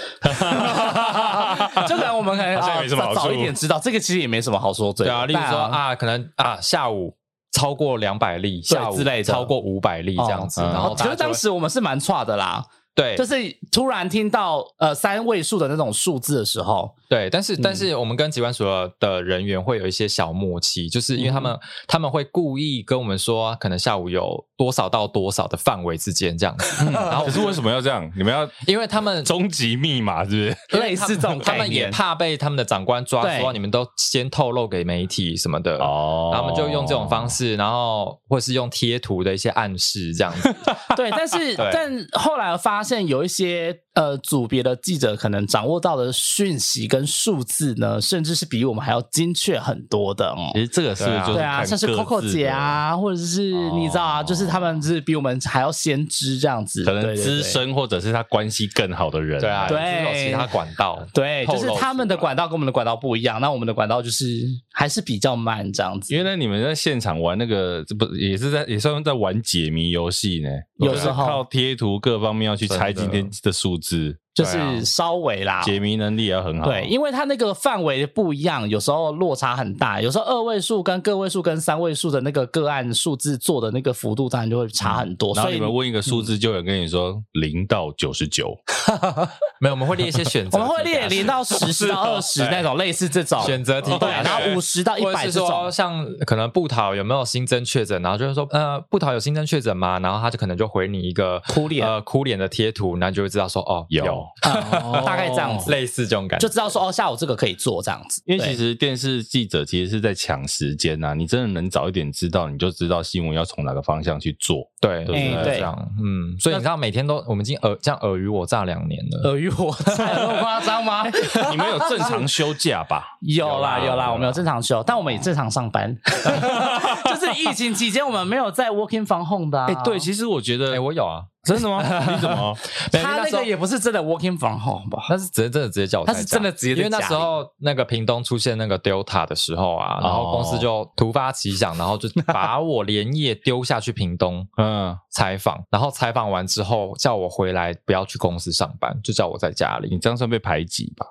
D: 就可能我们可能
B: 好像
D: 啊
B: 也没什么好
D: 早
B: 处
D: 早一点知道，这个其实也没什么好说嘴
E: 对
D: 的。
E: 啊，例如说
D: 但
E: 啊，可能啊下午超过两百例，下午
D: 之类的
E: 超过五百例这样子，
B: 哦嗯
E: 然后
D: 其
E: 大
D: 实
E: 家就
D: 当
E: 会
D: 时我们是蛮差的啦，
E: 对，
D: 就是是突然听到呃三位数的那种数字的时候，
E: 对，但是
D: 嗯
E: 但是我们跟疾管署的人员会有一些小默契，就是因为他们
D: 嗯
E: 他们会故意跟我们说，可能下午有多少到多少的范围之间这样子，然后
B: 可是为什么要这样？你们要
E: 因为他们
B: 终极密码是不是？
E: 因为
D: 类
E: 他
D: 似
E: 们
D: 这种
E: 他
D: 概
E: 们也
D: 念。
E: 怕被他们的长官抓
D: 对
E: 说你们都先透露给媒体什么的
B: 哦
E: 然后他们就用这种方式，然后或是用贴图的一些暗示这样子，
D: [laughs] 对，但是
E: 对
D: 但后来发现有一些呃组别的记者可能掌握到的讯息跟数字呢，甚至是比我们还要精确很多的。嗯
B: 其实这个是不是就是
D: 对啊，
B: 看
D: 像是
B: 各自
D: Coco
B: 的
D: 姐，啊，或者是
B: 哦
D: 你知道啊，就是他们是比我们还要先知这样子，
B: 可能
D: 对对对
B: 资深或者是他关系更好的人，
E: 对啊，
D: 对
E: 就是有其他管道，
D: 对，
E: 透
D: 就
E: 露
D: 是他们的管道跟我们的管道不一样，那我们的管道就是还是比较慢这样子。
B: 原来你们在现场玩那个，这不也是在也算在玩解谜游戏呢？
D: 有
B: 就是
D: 时候嗯
B: 靠贴图各方面要去猜今天的数字，
D: 就是稍微啦，
B: 解谜能力也要很好。
D: 对，因为它那个范围不一样，有时候落差很大，有时候二位数跟个位数跟三位数的那个个案数字做的那个幅度，当然就会差很多。
B: 嗯然
D: 所
B: 后
D: 以嗯
B: 你们问一个数字，就有人跟你说零到九十
D: [laughs]
B: 九，
E: 没有，我们会列一些选择
D: 我
E: 题啊，
D: 们会列零到十、十到二十那种类似这种
E: 选择题啊，
D: 对，然后五十到一
E: 或者
D: 百
E: 是
D: 这
E: 说
D: 种。
E: 像可能布桃有没有新增确诊，然后就是说呃布桃有新增确诊吗？然后他就可能就回你一个
D: 哭脸
E: 呃哭脸的贴图，然后就会知道说哦
B: 有
D: 大概这样子
E: 类似这种感觉
D: 就。知道说哦，下午这个可以做这样子，
B: 因为其
D: 对
B: 实电视记者其实是在抢时间呐、你真的能早一点知道，你就知道新闻要从哪个方向去
D: [laughs]
B: 做。
E: 对
B: 对
E: 对
D: 哎对
E: 这样，嗯，所以你知道每天都我们已经尔这样尔虞我诈两年了，
D: 尔虞我诈有那么夸张 [laughs] 吗？
B: 你们有正 [laughs] 常休假吧？
D: 有
B: 有啦
D: 啦有
B: 有啦
D: 啦，我们有正常休，但我们也正常上班。就是疫情期间，我们没有在 working from home 的、啊。
B: 哎、对，其实我觉
E: 哎、
B: 得，
E: 我有啊，
B: 真的
E: [laughs]
B: 吗？你怎
D: [laughs]
B: 么？
E: 没有
D: 他
E: 因为
D: 那
E: 时候
D: 个也不是真的 working from home 吧？
E: 那是直接真的直接叫我在家，
D: 他是真的直接在
E: 因为那
D: 家
E: 时候那个屏东出现那个 Delta 的时候啊，然后公
D: 哦
E: 司就突发奇想，然后
D: [laughs]
E: 就把我连夜丢下去屏东
B: 嗯，
E: 采访，然后采访完之后叫我回来不要去公司上班，就叫我在家
B: 你
E: 里。
B: 这样算被排挤吧？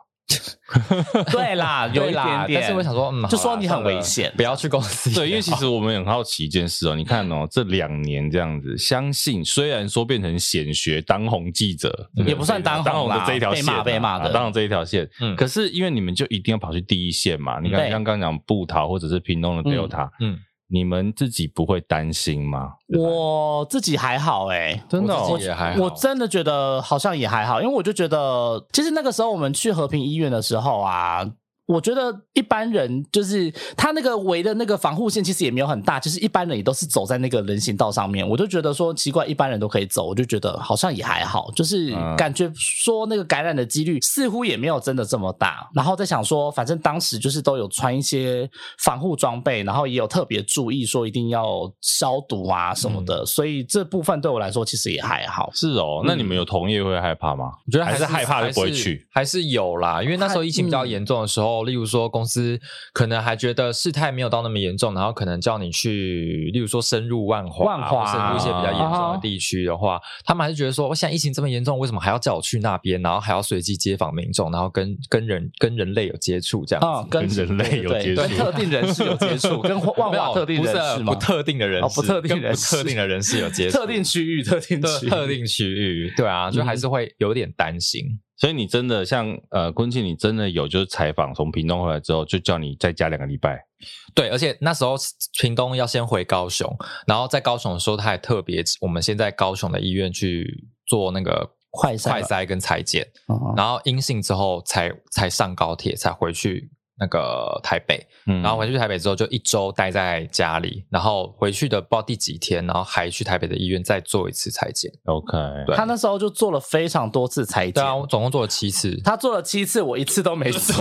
D: [laughs] 对啦， [laughs] 有一
E: 对啦
D: 点点。
E: 但是我想说，嗯，
D: 就
E: 好
D: 说
E: 啦
D: 你很
E: 算了
D: 危险
E: 不要去公
D: 啊
E: 司。
B: 对，因为其实我们很好奇一件事哦，你看哦，这两年这样子，相信虽然说变成显学当红记者，对对
D: 也不算当红啦
B: 当红的这一条线啊、
D: 被骂被骂的
B: 啊当红这一条线，
E: 嗯
B: 可是因为你们就一定要跑去第一线嘛，你看
D: 对
B: 像刚刚讲布桃或者是屏东的
D: 嗯
B: Delta，
E: 嗯，
B: 你们自己不会担心吗？
D: 我自己还好哎、
B: 真的哦
E: 我自己也还好
D: 我真的觉得好像也还好，因为我就觉得，其实那个时候我们去和平医院的时候啊，我觉得一般人就是他那个围的那个防护线其实也没有很大，就是一般人也都是走在那个人行道上面，我就觉得说奇怪，一般人都可以走，我就觉得好像也还好，就是
B: 嗯
D: 感觉说那个感染的几率似乎也没有真的这么大，然后在想说，反正当时就是都有穿一些防护装备，然后也有特别注意说一定要消毒啊什么的，所以这部分对我来说其实也还好。
B: 是哦，那你
D: 嗯
B: 们有同业会害怕吗？
E: 我觉得
B: 还
E: 是
B: 害怕就不会去。
E: 还是，还是有啦。因为那时候疫情比较
D: 嗯
E: 严重的时候，例如说公司可能还觉得事态没有到那么严重，然后可能叫你去，例如说深入万华、
D: 万华啊
E: 或深入一些比较严重的地区的话，他们还是觉得说，我现在疫情这么严重，为什么还要叫我去那边，然后还要随机街访民众，然后跟跟人跟人类有接触这样子。
D: 啊、跟
B: 跟人类有
D: 对
B: 接触
D: 对特定人士有接触，跟万
E: [laughs] 没有
D: 华特定人士
E: 不
D: 吗？
E: 是不特定的人士，
D: 哦不特定
E: 跟
D: 人
E: 不特
D: 士
E: 定的人士有接
D: [laughs]
E: 触，
D: 特定区域，特定
E: 特
D: 区域，嗯
E: 特定区域，对啊，就还是会有点担心。
B: 所以你真的像呃，坤庆，你真的有就是采访从屏东回来之后，就叫你再加两个礼拜，
E: 对，而且那时候屏东要先回高雄，然后在高雄的时候，他还特别我们先在高雄的医院去做那个
D: 快筛吧
E: 快筛跟裁剪，
D: 哦
E: 然后阴性之后才才上高铁，才回去那个台北。
B: 嗯
E: 然后回去台北之后就一周待在家里，然后回去的不知道第几天，然后还去台北的医院再做一次裁剪。
B: OK，
E: 对
D: 他那时候就做了非常多次裁
E: 对
D: 剪，
E: 啊，我总共做了七次，
D: 他做了七次，我一次都没做。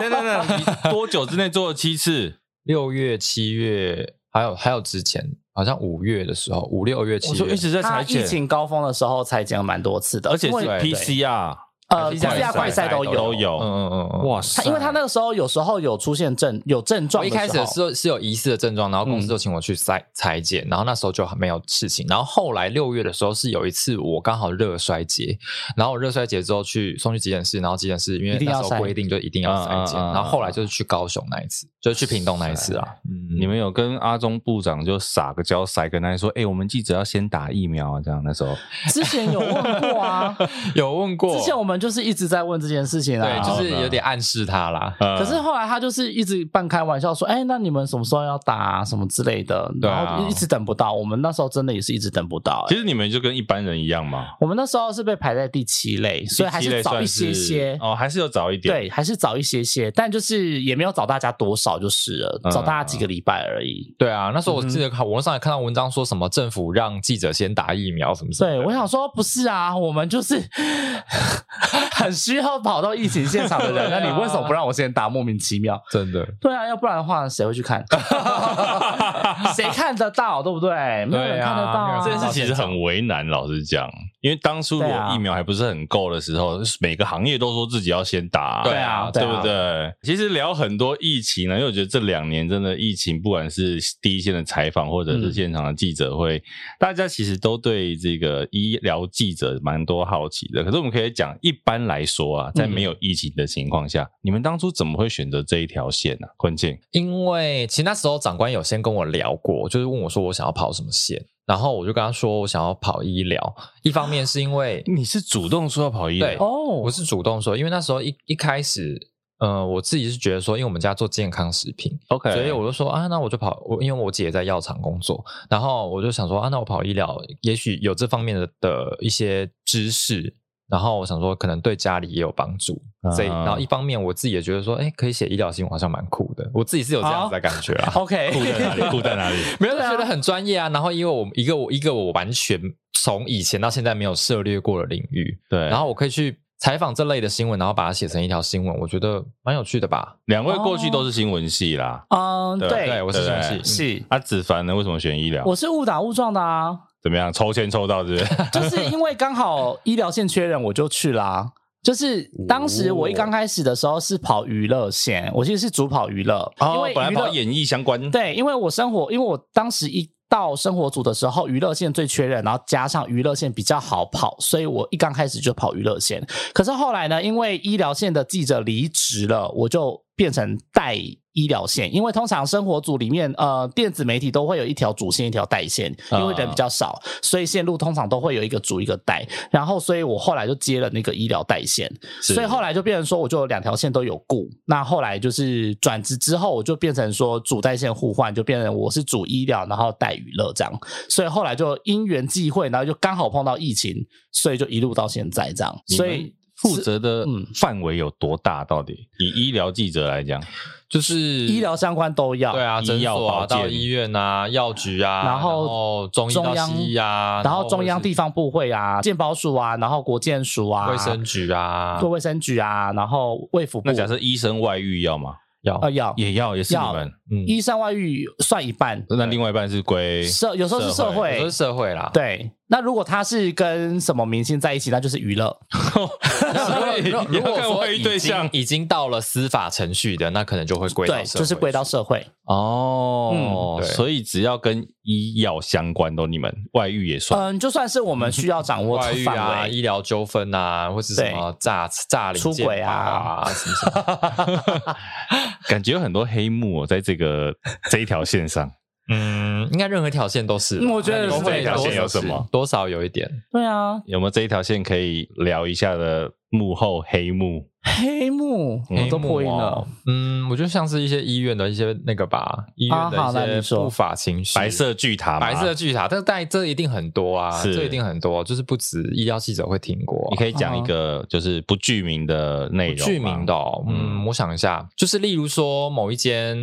B: 对对
D: [laughs]
B: 对，你多久之内做了七次？
E: 六月、七月，还有还有之前，好像五月的时候，五六月、七
B: 我
E: 月
B: 就一直在
D: 他
B: 裁
D: 啊疫
B: 剪，
D: 情高峰的时候裁剪了蛮多次的，
B: 而且
D: 因
B: 是
D: 为
E: 对对
B: PCR，
D: 呃
E: 还是
D: PCR 快
E: 赛
D: 赛都有
B: 都有。
E: 嗯嗯嗯嗯，
B: 哇
D: 他
B: 塞！
D: 因为他那个时候有时候有出现症有症状
E: 我
D: 的
E: 一
D: 时候，嗯
E: 开始是是有疑似的症状，然后公司就请我去筛裁剪，然后那时候就没有事情。然后后来六月的时候是有一次我刚好热衰竭，然后我热衰竭之后去送去急诊室，然后急诊室因为
D: 一定
E: 那
D: 要
E: 时候
D: 筛
E: 规定就一定要筛
B: 嗯
E: 检，
B: 嗯嗯嗯
E: 然后后来就是去高雄那一次，就是去屏东那一次啊。嗯，
B: 你们有跟阿中部长就撒个娇，撒跟他说：“哎、我们记者要先打疫苗啊！”这样那时候，
D: 之前有问过啊，
E: 有问 [laughs] 过？
D: 之前我们就是一直在问这件事情啊，嗯
E: 对，就是嗯有点暗示他啦。
B: 呃
D: 可是后来他就是一直半开玩笑说：“哎、那你们什么时候要打、啊、什么之类的？”
E: 对啊
D: 然后一直等不到。我们那时候真的也是一直等不到、
B: 其
D: 哎
B: 实你们就跟一般人一样嘛，
D: 我们那时候是被排在第七类，所以还
B: 第七类
D: 早
B: 算
D: 一些些。
B: 哦，还是有早一点。
D: 对，还是早一些些，但就是也没有早大家多少，就是了，
B: 嗯
D: 早大家几个礼拜而已。
E: 对啊，那时
D: 嗯
E: 候我记得看网络上也看到文章说什么政府让记者先打疫苗什么什么的。
D: 对，我想说不是啊，我们就是 [laughs] 很需要跑到疫情现场的人，那
E: [laughs] 对啊
D: 你为什么不让我先打？莫名其妙。
E: 真的
D: 对啊，要不然的话，谁会去看？ [laughs] 谁看得到？对不对？没有人看得到
E: 对啊
D: 啊。
E: 没有
B: 这
E: 人
B: 件
E: 看
B: 事
E: 得到
B: 其实很为难，老实讲，因为当初如
D: 对
B: 果
D: 啊
B: 疫苗还不是很够的时候，每个行业都说自己要先打啊、
E: 对
D: 啊，
B: 对
D: 啊
B: 不？对？其实聊很多疫情呢，因为我觉得这两年真的疫情，不管是第一线的采访或者是
D: 嗯
B: 现场的记者会，大家其实都对这个医疗记者蛮多好奇的。可是我们可以讲，一般来说
D: 嗯
B: 啊，在没有疫情的情况下，你们当初怎么会选择这一条线呢、昆庆，
E: 因为其实那时候长官有先跟我聊过，就是问我说我想要跑什么线，然后我就跟他说我想要跑医疗。一方面是因为
B: 你是主动说要跑医疗
E: 对
D: 哦，
E: 我是主动说，因为那时候一一开始，呃，我自己是觉得说，因为我们家做健康食品，
B: ？OK，
E: 所以我就说啊，那我就跑，我因为我姐也在药厂工作，然后我就想说啊，那我跑医疗，也许有这方面的的一些知识，然后我想说可能对家里也有帮助，所以
B: 啊
E: 然后一方面我自己也觉得说，哎、可以写医疗新闻好像蛮酷的，我自己是有这样子的感觉啊。
D: OK，
B: 酷在哪里？酷在哪里？
E: 没有就觉得很专业啊，然后因为我一个我一个我完全从以前到现在没有涉猎过的领域，
B: 对，
E: 然后我可以去采访这类的新闻，然后把它写成一条新闻，我觉得蛮有趣的吧。
B: 两位过去都是新闻系啦，
D: [laughs] 嗯，
B: 哦对
E: 对，
D: 对，
E: 我是
B: 对
E: 相
B: 对
E: 信
D: 是，
B: 啊，子凡呢？为什么选医疗？
D: 我是误打误撞的啊，
B: 怎么样？抽签抽到是 [laughs] 不是？
D: 就是因为刚好医疗线缺人，我就去啦。就是当时
E: 哦
D: 我一刚开始的时候是跑娱乐线，我其实是主跑娱乐，
E: 哦
D: 因为
B: 本来
D: 娱乐
B: 跑演艺相关，
D: 对，因为我生活，因为我当时一到生活组的时候，娱乐线最缺人，然后加上娱乐线比较好跑，所以我一刚开始就跑娱乐线。可是后来呢，因为医疗线的记者离职了，我就变成代医疗线，因为通常生活组里面，呃，电子媒体都会有一条主线，一条代线，因为人比较少，所以线路通常都会有一个主一个代。然后，所以我后来就接了那个医疗代线，
B: 是
D: 所以后来就变成说，我就有两条线都有顾。那后来就是转职之后，我就变成说主代线互换，就变成我是主医疗，然后带娱乐这样。所以后来就因缘际会，然后就刚好碰到疫情，所以就一路到现在这样。
B: 你
D: 所
B: 们
D: 以
B: 负责的
D: 嗯
B: 范围有多大？到底以医疗记者来讲，
E: 就是
D: 医疗相关都要，
E: 对啊，
B: 医
E: 诊
B: 药
E: 所
B: 保
E: 啊，到
B: 健
E: 医院啊，药局啊，
D: 然
E: 然
D: 后
E: 中医
D: 中
E: 到
D: 央
E: 西医啊，
D: 然后中央
E: 或者
D: 地
E: 是
D: 方部会啊、健保署啊，然后国健署啊、
E: 卫生局啊，
D: 做卫生局啊，然后卫福部。
B: 那假设医生外遇要吗？
E: 要
D: 呃要
B: 也要，也是你们。
E: 嗯，
D: 医生外遇算一半，
B: 那另外一半是归
D: 社有时候是
B: 社
D: 社
B: 会
E: 都
D: 会
E: 是。社会啦，
D: 对，那如果他是跟什么明星在一起，那就是娱乐。
E: 所以 [laughs] 如果
B: 你要
E: 如果
B: 看
E: 说
B: 外遇
E: 已
B: 对
E: 经
B: 象
E: 已经到了司法程序的，那可能就会归到
D: 对，
E: 社
D: 就是
E: 会
D: 归到
E: 去
D: 社会。
B: 哦
E: 嗯，对
B: 所以只要跟医药相关的，你们外遇也算。
D: 嗯，就算是我们需要掌握
E: 外
D: 的
E: 遇啊、
D: 范围，
E: 医疗纠纷啊，或是什么诈诈领
D: 出
E: 健
D: 轨啊
E: 保啊，什么什么
B: [laughs]
E: 的，
B: 感觉有很多黑幕哦，在这 [laughs] 个这一条线上。
E: 嗯，应该任何一条线都是啦。
D: 嗯我觉得
E: 那
D: 是
E: 你会
D: 这一条
E: 多
B: 线
E: 少
B: 有什
E: 是
B: 么
E: 多少有一点，
D: 对啊，
B: 有没有这一条线可以聊一下的幕后黑幕？
D: 黑幕，
B: 嗯
D: 我都
E: 啊
D: 破音了。
E: 嗯，我觉得像是一些医院的一些那个吧，医院
D: 啊好那
E: 的
D: 你
E: 一些
D: 说
E: 不法情绪，
B: 白色巨塔嘛，
E: 白色巨塔，但但这一定很多啊，
B: 是
E: 这一定很多，就是不止医疗记者会听过啊
B: 你。可以讲一个就是不具名的内容吗，
E: 剧名的哦、嗯，
B: 嗯
E: 我想一下，就是例如说某一间，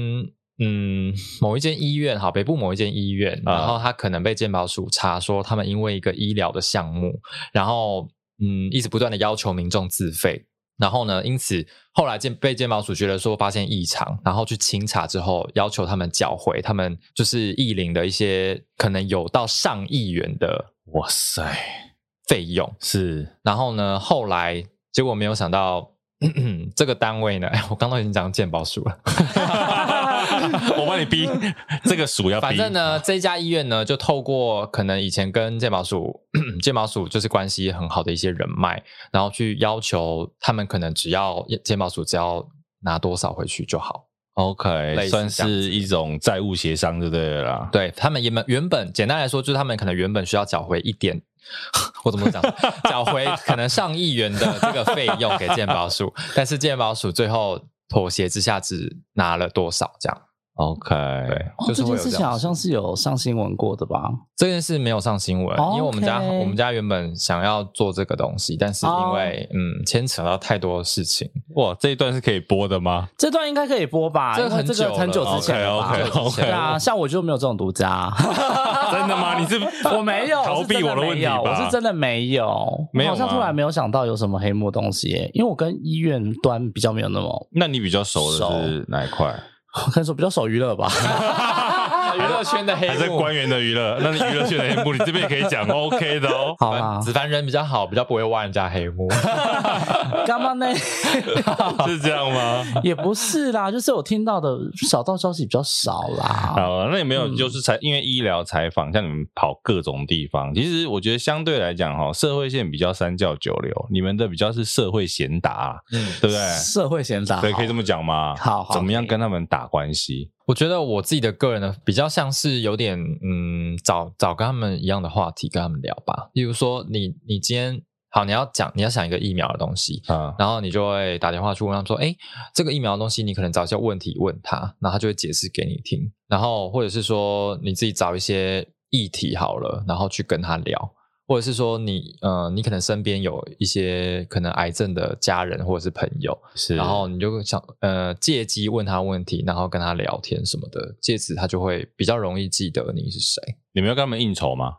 E: 嗯，某一间医院，好，北部某一间医院，
B: 啊
E: 然后他可能被健保署查说他们因为一个医疗的项目，然后嗯，一直不断的要求民众自费。然后呢？因此，后来健被健保署觉得说发现异常，然后去清查之后，要求他们缴回他们就是意领的一些可能有到上亿元的
B: 哇塞，
E: 费用。
B: 是
E: 然后呢，后来结果没有想到。 [clears throat] 这个单位呢，哎，我刚刚都已经讲鉴宝署了。
B: [laughs] 我帮你逼，这个鼠要逼。
E: 反正呢，这家医院呢，就透过可能以前跟鉴宝署、 [clears throat] 鉴宝署就是关系很好的一些人脉，然后去要求他们可能只要鉴宝署只要拿多少回去就好。
B: ，OK，
E: 类似
B: 算
E: 这样
B: 是一种债务协商就对了啦。
E: 对他们原本原本简单来说，就是他们可能原本需要缴回一点， [laughs] 我怎么讲？缴回可能上亿元的这个费用给鉴宝署，但是鉴宝署最后妥协之下只拿了多少这样？
B: OK，
E: 对，
D: 哦
E: 就
D: 这
E: 是
D: 件
E: 会有
D: 事
E: 这
D: 情
E: 样
D: 好像是有上新闻过的吧？
E: 这件事没有上新闻，
D: 哦
E: 因为我们家
D: OK 哦
E: 我们家原本想要做这个东西，但是因为嗯牵扯到太多事情，
B: 哇，这一段是可以播的
D: [laughs]
B: 吗？
D: 这段应该可以播吧？
E: 这
D: 因为
E: 很
D: 这
E: 久
D: 个
E: 了
D: 很久之前了吧
B: OK，OK，OK
D: 对啊，像我就没有这种独家，
B: 真的吗？你是
D: [laughs] 我没有
B: 逃避我的
D: 的
B: 问题
D: 我
B: 吧？
D: 是真的没有，
B: 没有
D: 我好像
B: 吗
D: 突然没有想到有什么黑幕东西耶，因为我跟医院端比较没有那么，
B: 那你比较熟的是哪一块？
D: 我跟你说比较熟娱乐吧。啊
E: 娱乐圈的黑
B: 还是
E: 幕。
B: 官员的娱乐？那你娱乐圈的黑幕，你这边也可以讲 OK 的哦。
D: 好啦，
E: 子凡人比较好，比较不会挖人家黑幕。 [laughs]
D: 干嘛呢？
B: 是这样吗？
D: [laughs] 也不是啦，就是我听到的小道消息比较少啦。
B: 好了，那有没有
D: 嗯
B: 就是采因为医疗采访，像你们跑各种地方，其实我觉得相对来讲哈，社会线比较三教九流，你们的比较是社会贤达，
E: 嗯啊
B: 对不对？
D: 社会贤达，
B: 对，可以这么讲吗？
D: 好好
B: 怎么样跟他们打关系？
E: 我觉得我自己的个人呢，比较像是有点嗯，找找跟他们一样的话题跟他们聊吧。例如说你，你今天好，你要讲你要想一个疫苗的东西，
B: 啊，
E: 然后你就会打电话去问他们说，哎，这个疫苗的东西，你可能找一些问题问他，然后他就会解释给你听。然后或者是说你自己找一些议题好了，然后去跟他聊。或者是说你呃，你可能身边有一些可能癌症的家人或者是朋友，
B: 是，
E: 然后你就想呃借机问他问题，然后跟他聊天什么的，借此他就会比较容易记得你是谁。
B: 你们要跟他们应酬吗？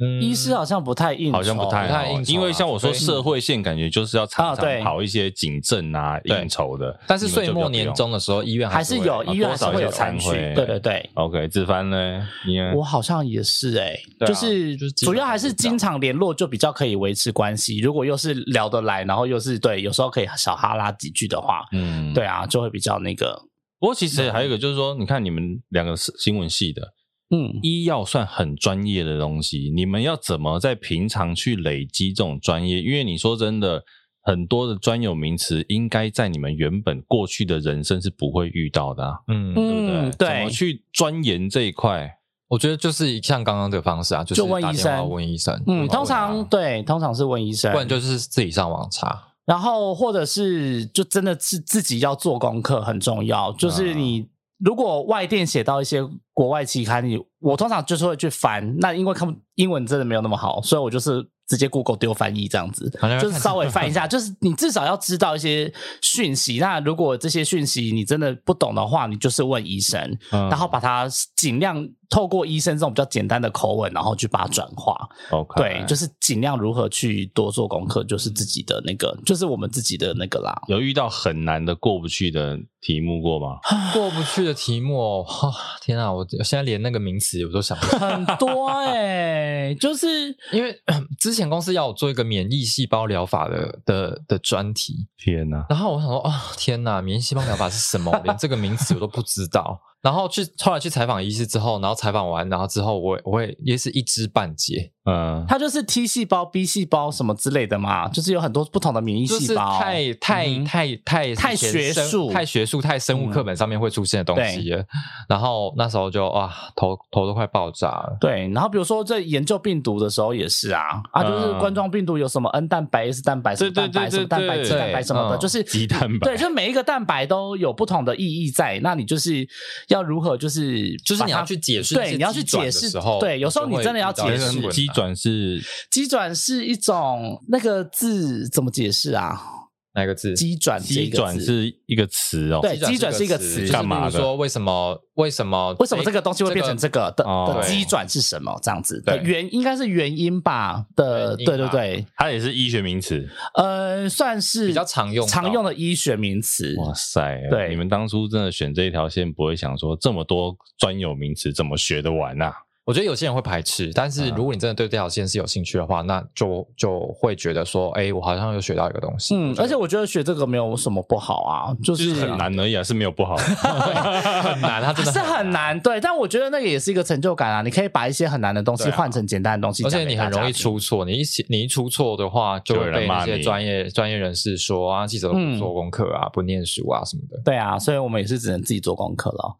E: 嗯
D: 医师好像不太应酬，
B: 好像不太
E: 不太
B: 好
E: 应酬啊
B: 因为像我说
E: 除非
B: 社会线，感觉就是要常
D: 啊对
B: 常跑一些警政啊、
E: 对
B: 应酬的。
E: 但是
B: 你们
E: 岁
B: 就比较
E: 末
B: 不用
E: 年终的时候，医院
D: 还是
E: 会
D: 有医院还是会有
B: 啊
D: 参
B: 多
D: 与
B: 少有参会。嗯
D: 对对对，
B: OK，子帆呢？你呢
D: 我好像也是哎、
E: 对啊
D: 就是
E: 就是基
D: 主
E: 本上
D: 要还是经常联络，就比较可以维持关系。如果又是聊得来，然后又是对，有时候可以小哈拉几句的话，
B: 嗯，
D: 对。啊，就会比较那个，
B: 不过其
E: 嗯
B: 实还有一个就是说，你看你们两个是新闻系的，
D: 嗯，
B: 医药算很专业的东西，你们要怎么在平常去累积这种专业？因为你说真的，很多的专有名词应该在你们原本过去的人生是不会遇到的、啊，
D: 嗯
E: 嗯
B: 对不对？
D: 对
B: 怎么去钻研这一块？
E: 我觉得就是像刚刚这个方式啊，就是
D: 就问
E: 打
D: 医
E: 电
D: 生
E: 话问医生，
D: 嗯，
E: 然后
D: 通
E: 问他
B: 啊
D: 常对，通常是问医生
E: 不，然就是自己上网查。
D: 然后或者是就真的是自己要做功课很重要，就是
E: 嗯
D: 你。如果外电写到一些国外期刊，你我通常就是会去翻。那因为看不英文真的没有那么好，所以我就是直接 Google 丢翻译这样子
E: 好像，
D: 就是稍微翻一下。就是你至少要知道一些讯息。那如果这些讯息你真的不懂的话，你就是问医生，
B: 嗯
D: 然后把它尽量透过医生这种比较简单的口吻，然后去把它转化。
B: OK，
D: 对，就是尽量如何去多做功课，就是自己的那个，就是我们自己的那个啦。
B: 有遇到很难的过不去的题目过
D: [laughs]
B: 吗？
E: 过不去的题目哦， [laughs] 哇天啊！我现在连那个名词我都想不到，
D: 很
E: [laughs]
D: 多哎、就是
E: 因为 [clears throat] 之前公司要我做一个免疫细胞疗法的的的专题，
B: 天哪！
E: 然后我想说，哦，天哪，免疫细胞疗法是什么？我连这个名词我都不知道。然后去后来去采访医师之后，然后采访完，然后之后我我也也是一知半解，
B: 嗯，
D: 它就是 T 细胞、B 细胞什么之类的嘛，就是有很多不同的免疫
E: 就是
D: 细胞。
E: 太太
D: 嗯哼
E: 太太
D: 太
E: 以前
D: 学
E: 生
D: 术嗯
E: 太学术、太生物课本上面会出现的东西了。然后那时候就哇，头头都快爆炸了。
D: 对，然后比如说在研究病毒的时候也是啊，啊，就是
B: 嗯
D: 冠状病毒有什么 N 蛋白、S 蛋白、什么蛋白、
B: 对对
D: 什
B: 对
D: 么蛋白、
B: 对
D: G 蛋白什么的，
E: 嗯
D: 就是
B: 鸡蛋白
D: 对，就每一个蛋白都有不同的意义在，那你就是要如何就是
E: 就是你
D: 把它
E: 要去解释这
D: 对，
E: 些
D: 你要去
E: 机转
D: 解
E: 的
D: 释
E: 时候，
D: 对，有时候你真的要解
E: 就会遇到一些
D: 释
E: 问。
B: 鸡转是
D: 机转是一种那个字怎么解释啊？
E: 哪个字？
D: 机转这
B: 鸡
D: 一个字，
B: 转是一个词哦，
D: 对机转是一个词
E: 就是
B: 干嘛的
E: 例如说为什么为什么
D: 为什么这个东西会变成这个的
B: 哦
D: 的机转是什么？这样子的
E: 对
D: 原应该是原因吧的，
E: 原因吧
D: 对
E: 啊
D: 对对，
B: 它也是医学名词。
D: 呃，算是
E: 比较常用到
D: 常用的医学名词。
B: 哇塞，
D: 对
B: 你们当初真的选这一条线，不会想说这么多专有名词怎么学得完啊？
E: 我觉得有些人会排斥，但
D: 嗯
E: 是如果你真的对这条线是有兴趣的话，那就就会觉得说，哎、我好像又学到一个东西。
D: 嗯，而且我觉得学这个没有什么不好啊，就
B: 就是
D: 是
B: 很难而已啊，是没有不好。
E: 很难，它真的
D: 是很。难，对，但我觉得那个也是一个成就感啊！你可以把一些很难的东西
E: 对啊
D: 换成简单的东西，
E: 而且你很容易。出错，你一起你一出错的话，就
B: 就有
E: 会
B: 人
E: 被
B: 骂
E: 那些
B: 你
E: 专业专业人士说啊，记者都不
D: 嗯
E: 做功课啊，不念书啊什么的。
D: 对啊，所以我们也是只能自己做功课
E: [laughs]
D: 了，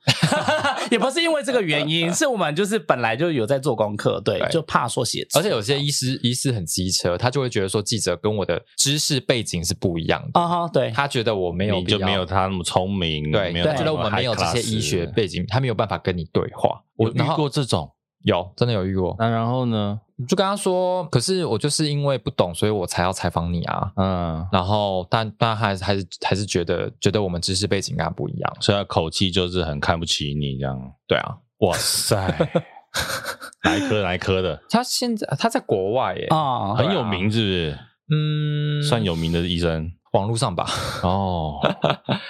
D: 也不是因为这个原因，是我们就是本来就有在做功课，对，
E: 对
D: 就怕说写错，
E: 而且有些医师医师很机车，他就会觉得说记者跟我的知识背景是不一样的，
D: 啊哈，对，
E: 他觉得我没有
B: 你就
E: 必要
B: 没有他那么聪明，
E: 对，
B: 没有
E: 他
B: 他
E: 觉
B: 那
E: 得
B: 么
E: 我们没有这
B: high
E: 些医学
B: class
E: 背景，他没有办法跟你对话。我
B: 有
E: 然
B: 遇
E: 后
B: 过这种，
E: 有真的有遇过，
B: 那然后呢？
E: 就跟他说，可是我就是因为不懂，所以我才要采访你啊。
B: 嗯，
E: 然后，但但还是还是还是觉得觉得我们知识背景跟他不一样，
B: 所以他口气就是很看不起你这样。
E: 对啊。
B: 哇塞，
E: [laughs]
B: 哪一科哪一科的
E: 他现在他在国外耶，
D: 啊，
B: 很有名是不
E: 嗯，
B: 是？算有名的医
E: [laughs]
B: 生
E: 网络上吧，
B: 哦，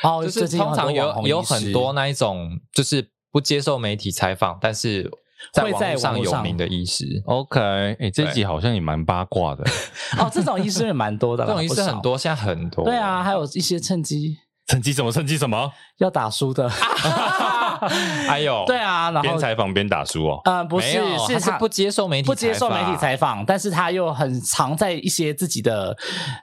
D: 哦，
E: 就是
D: 最近
E: 通常
D: 很多网
E: 有
D: 红
E: 有
D: 医师
E: 很多那一种就是不接受媒体采访，但是在
D: 会
E: 网
D: 在
E: 络上
D: 网络
E: 有
D: 上
E: 名的医师，
B: OK，哎、这
E: 对
B: 集好像也蛮八卦
E: [laughs]
B: 的，
D: 哦，这种医生也蛮多的
E: 这
D: 啦，
E: 种医师
D: 不少
E: 很，多，现在很多，
D: 对啊，，还有一些趁机
B: 趁机什么趁机什么，
D: 要打输的，
E: [laughs] 哎呦，
D: 对啊，然
B: 边
D: 后
B: 采访边打书哦。
D: 嗯，不
E: 没
D: 是
E: 有，他是
D: 他
E: 不接受媒体
D: 不接受媒体
E: 采
D: 采访，但是他又很常在一些自己的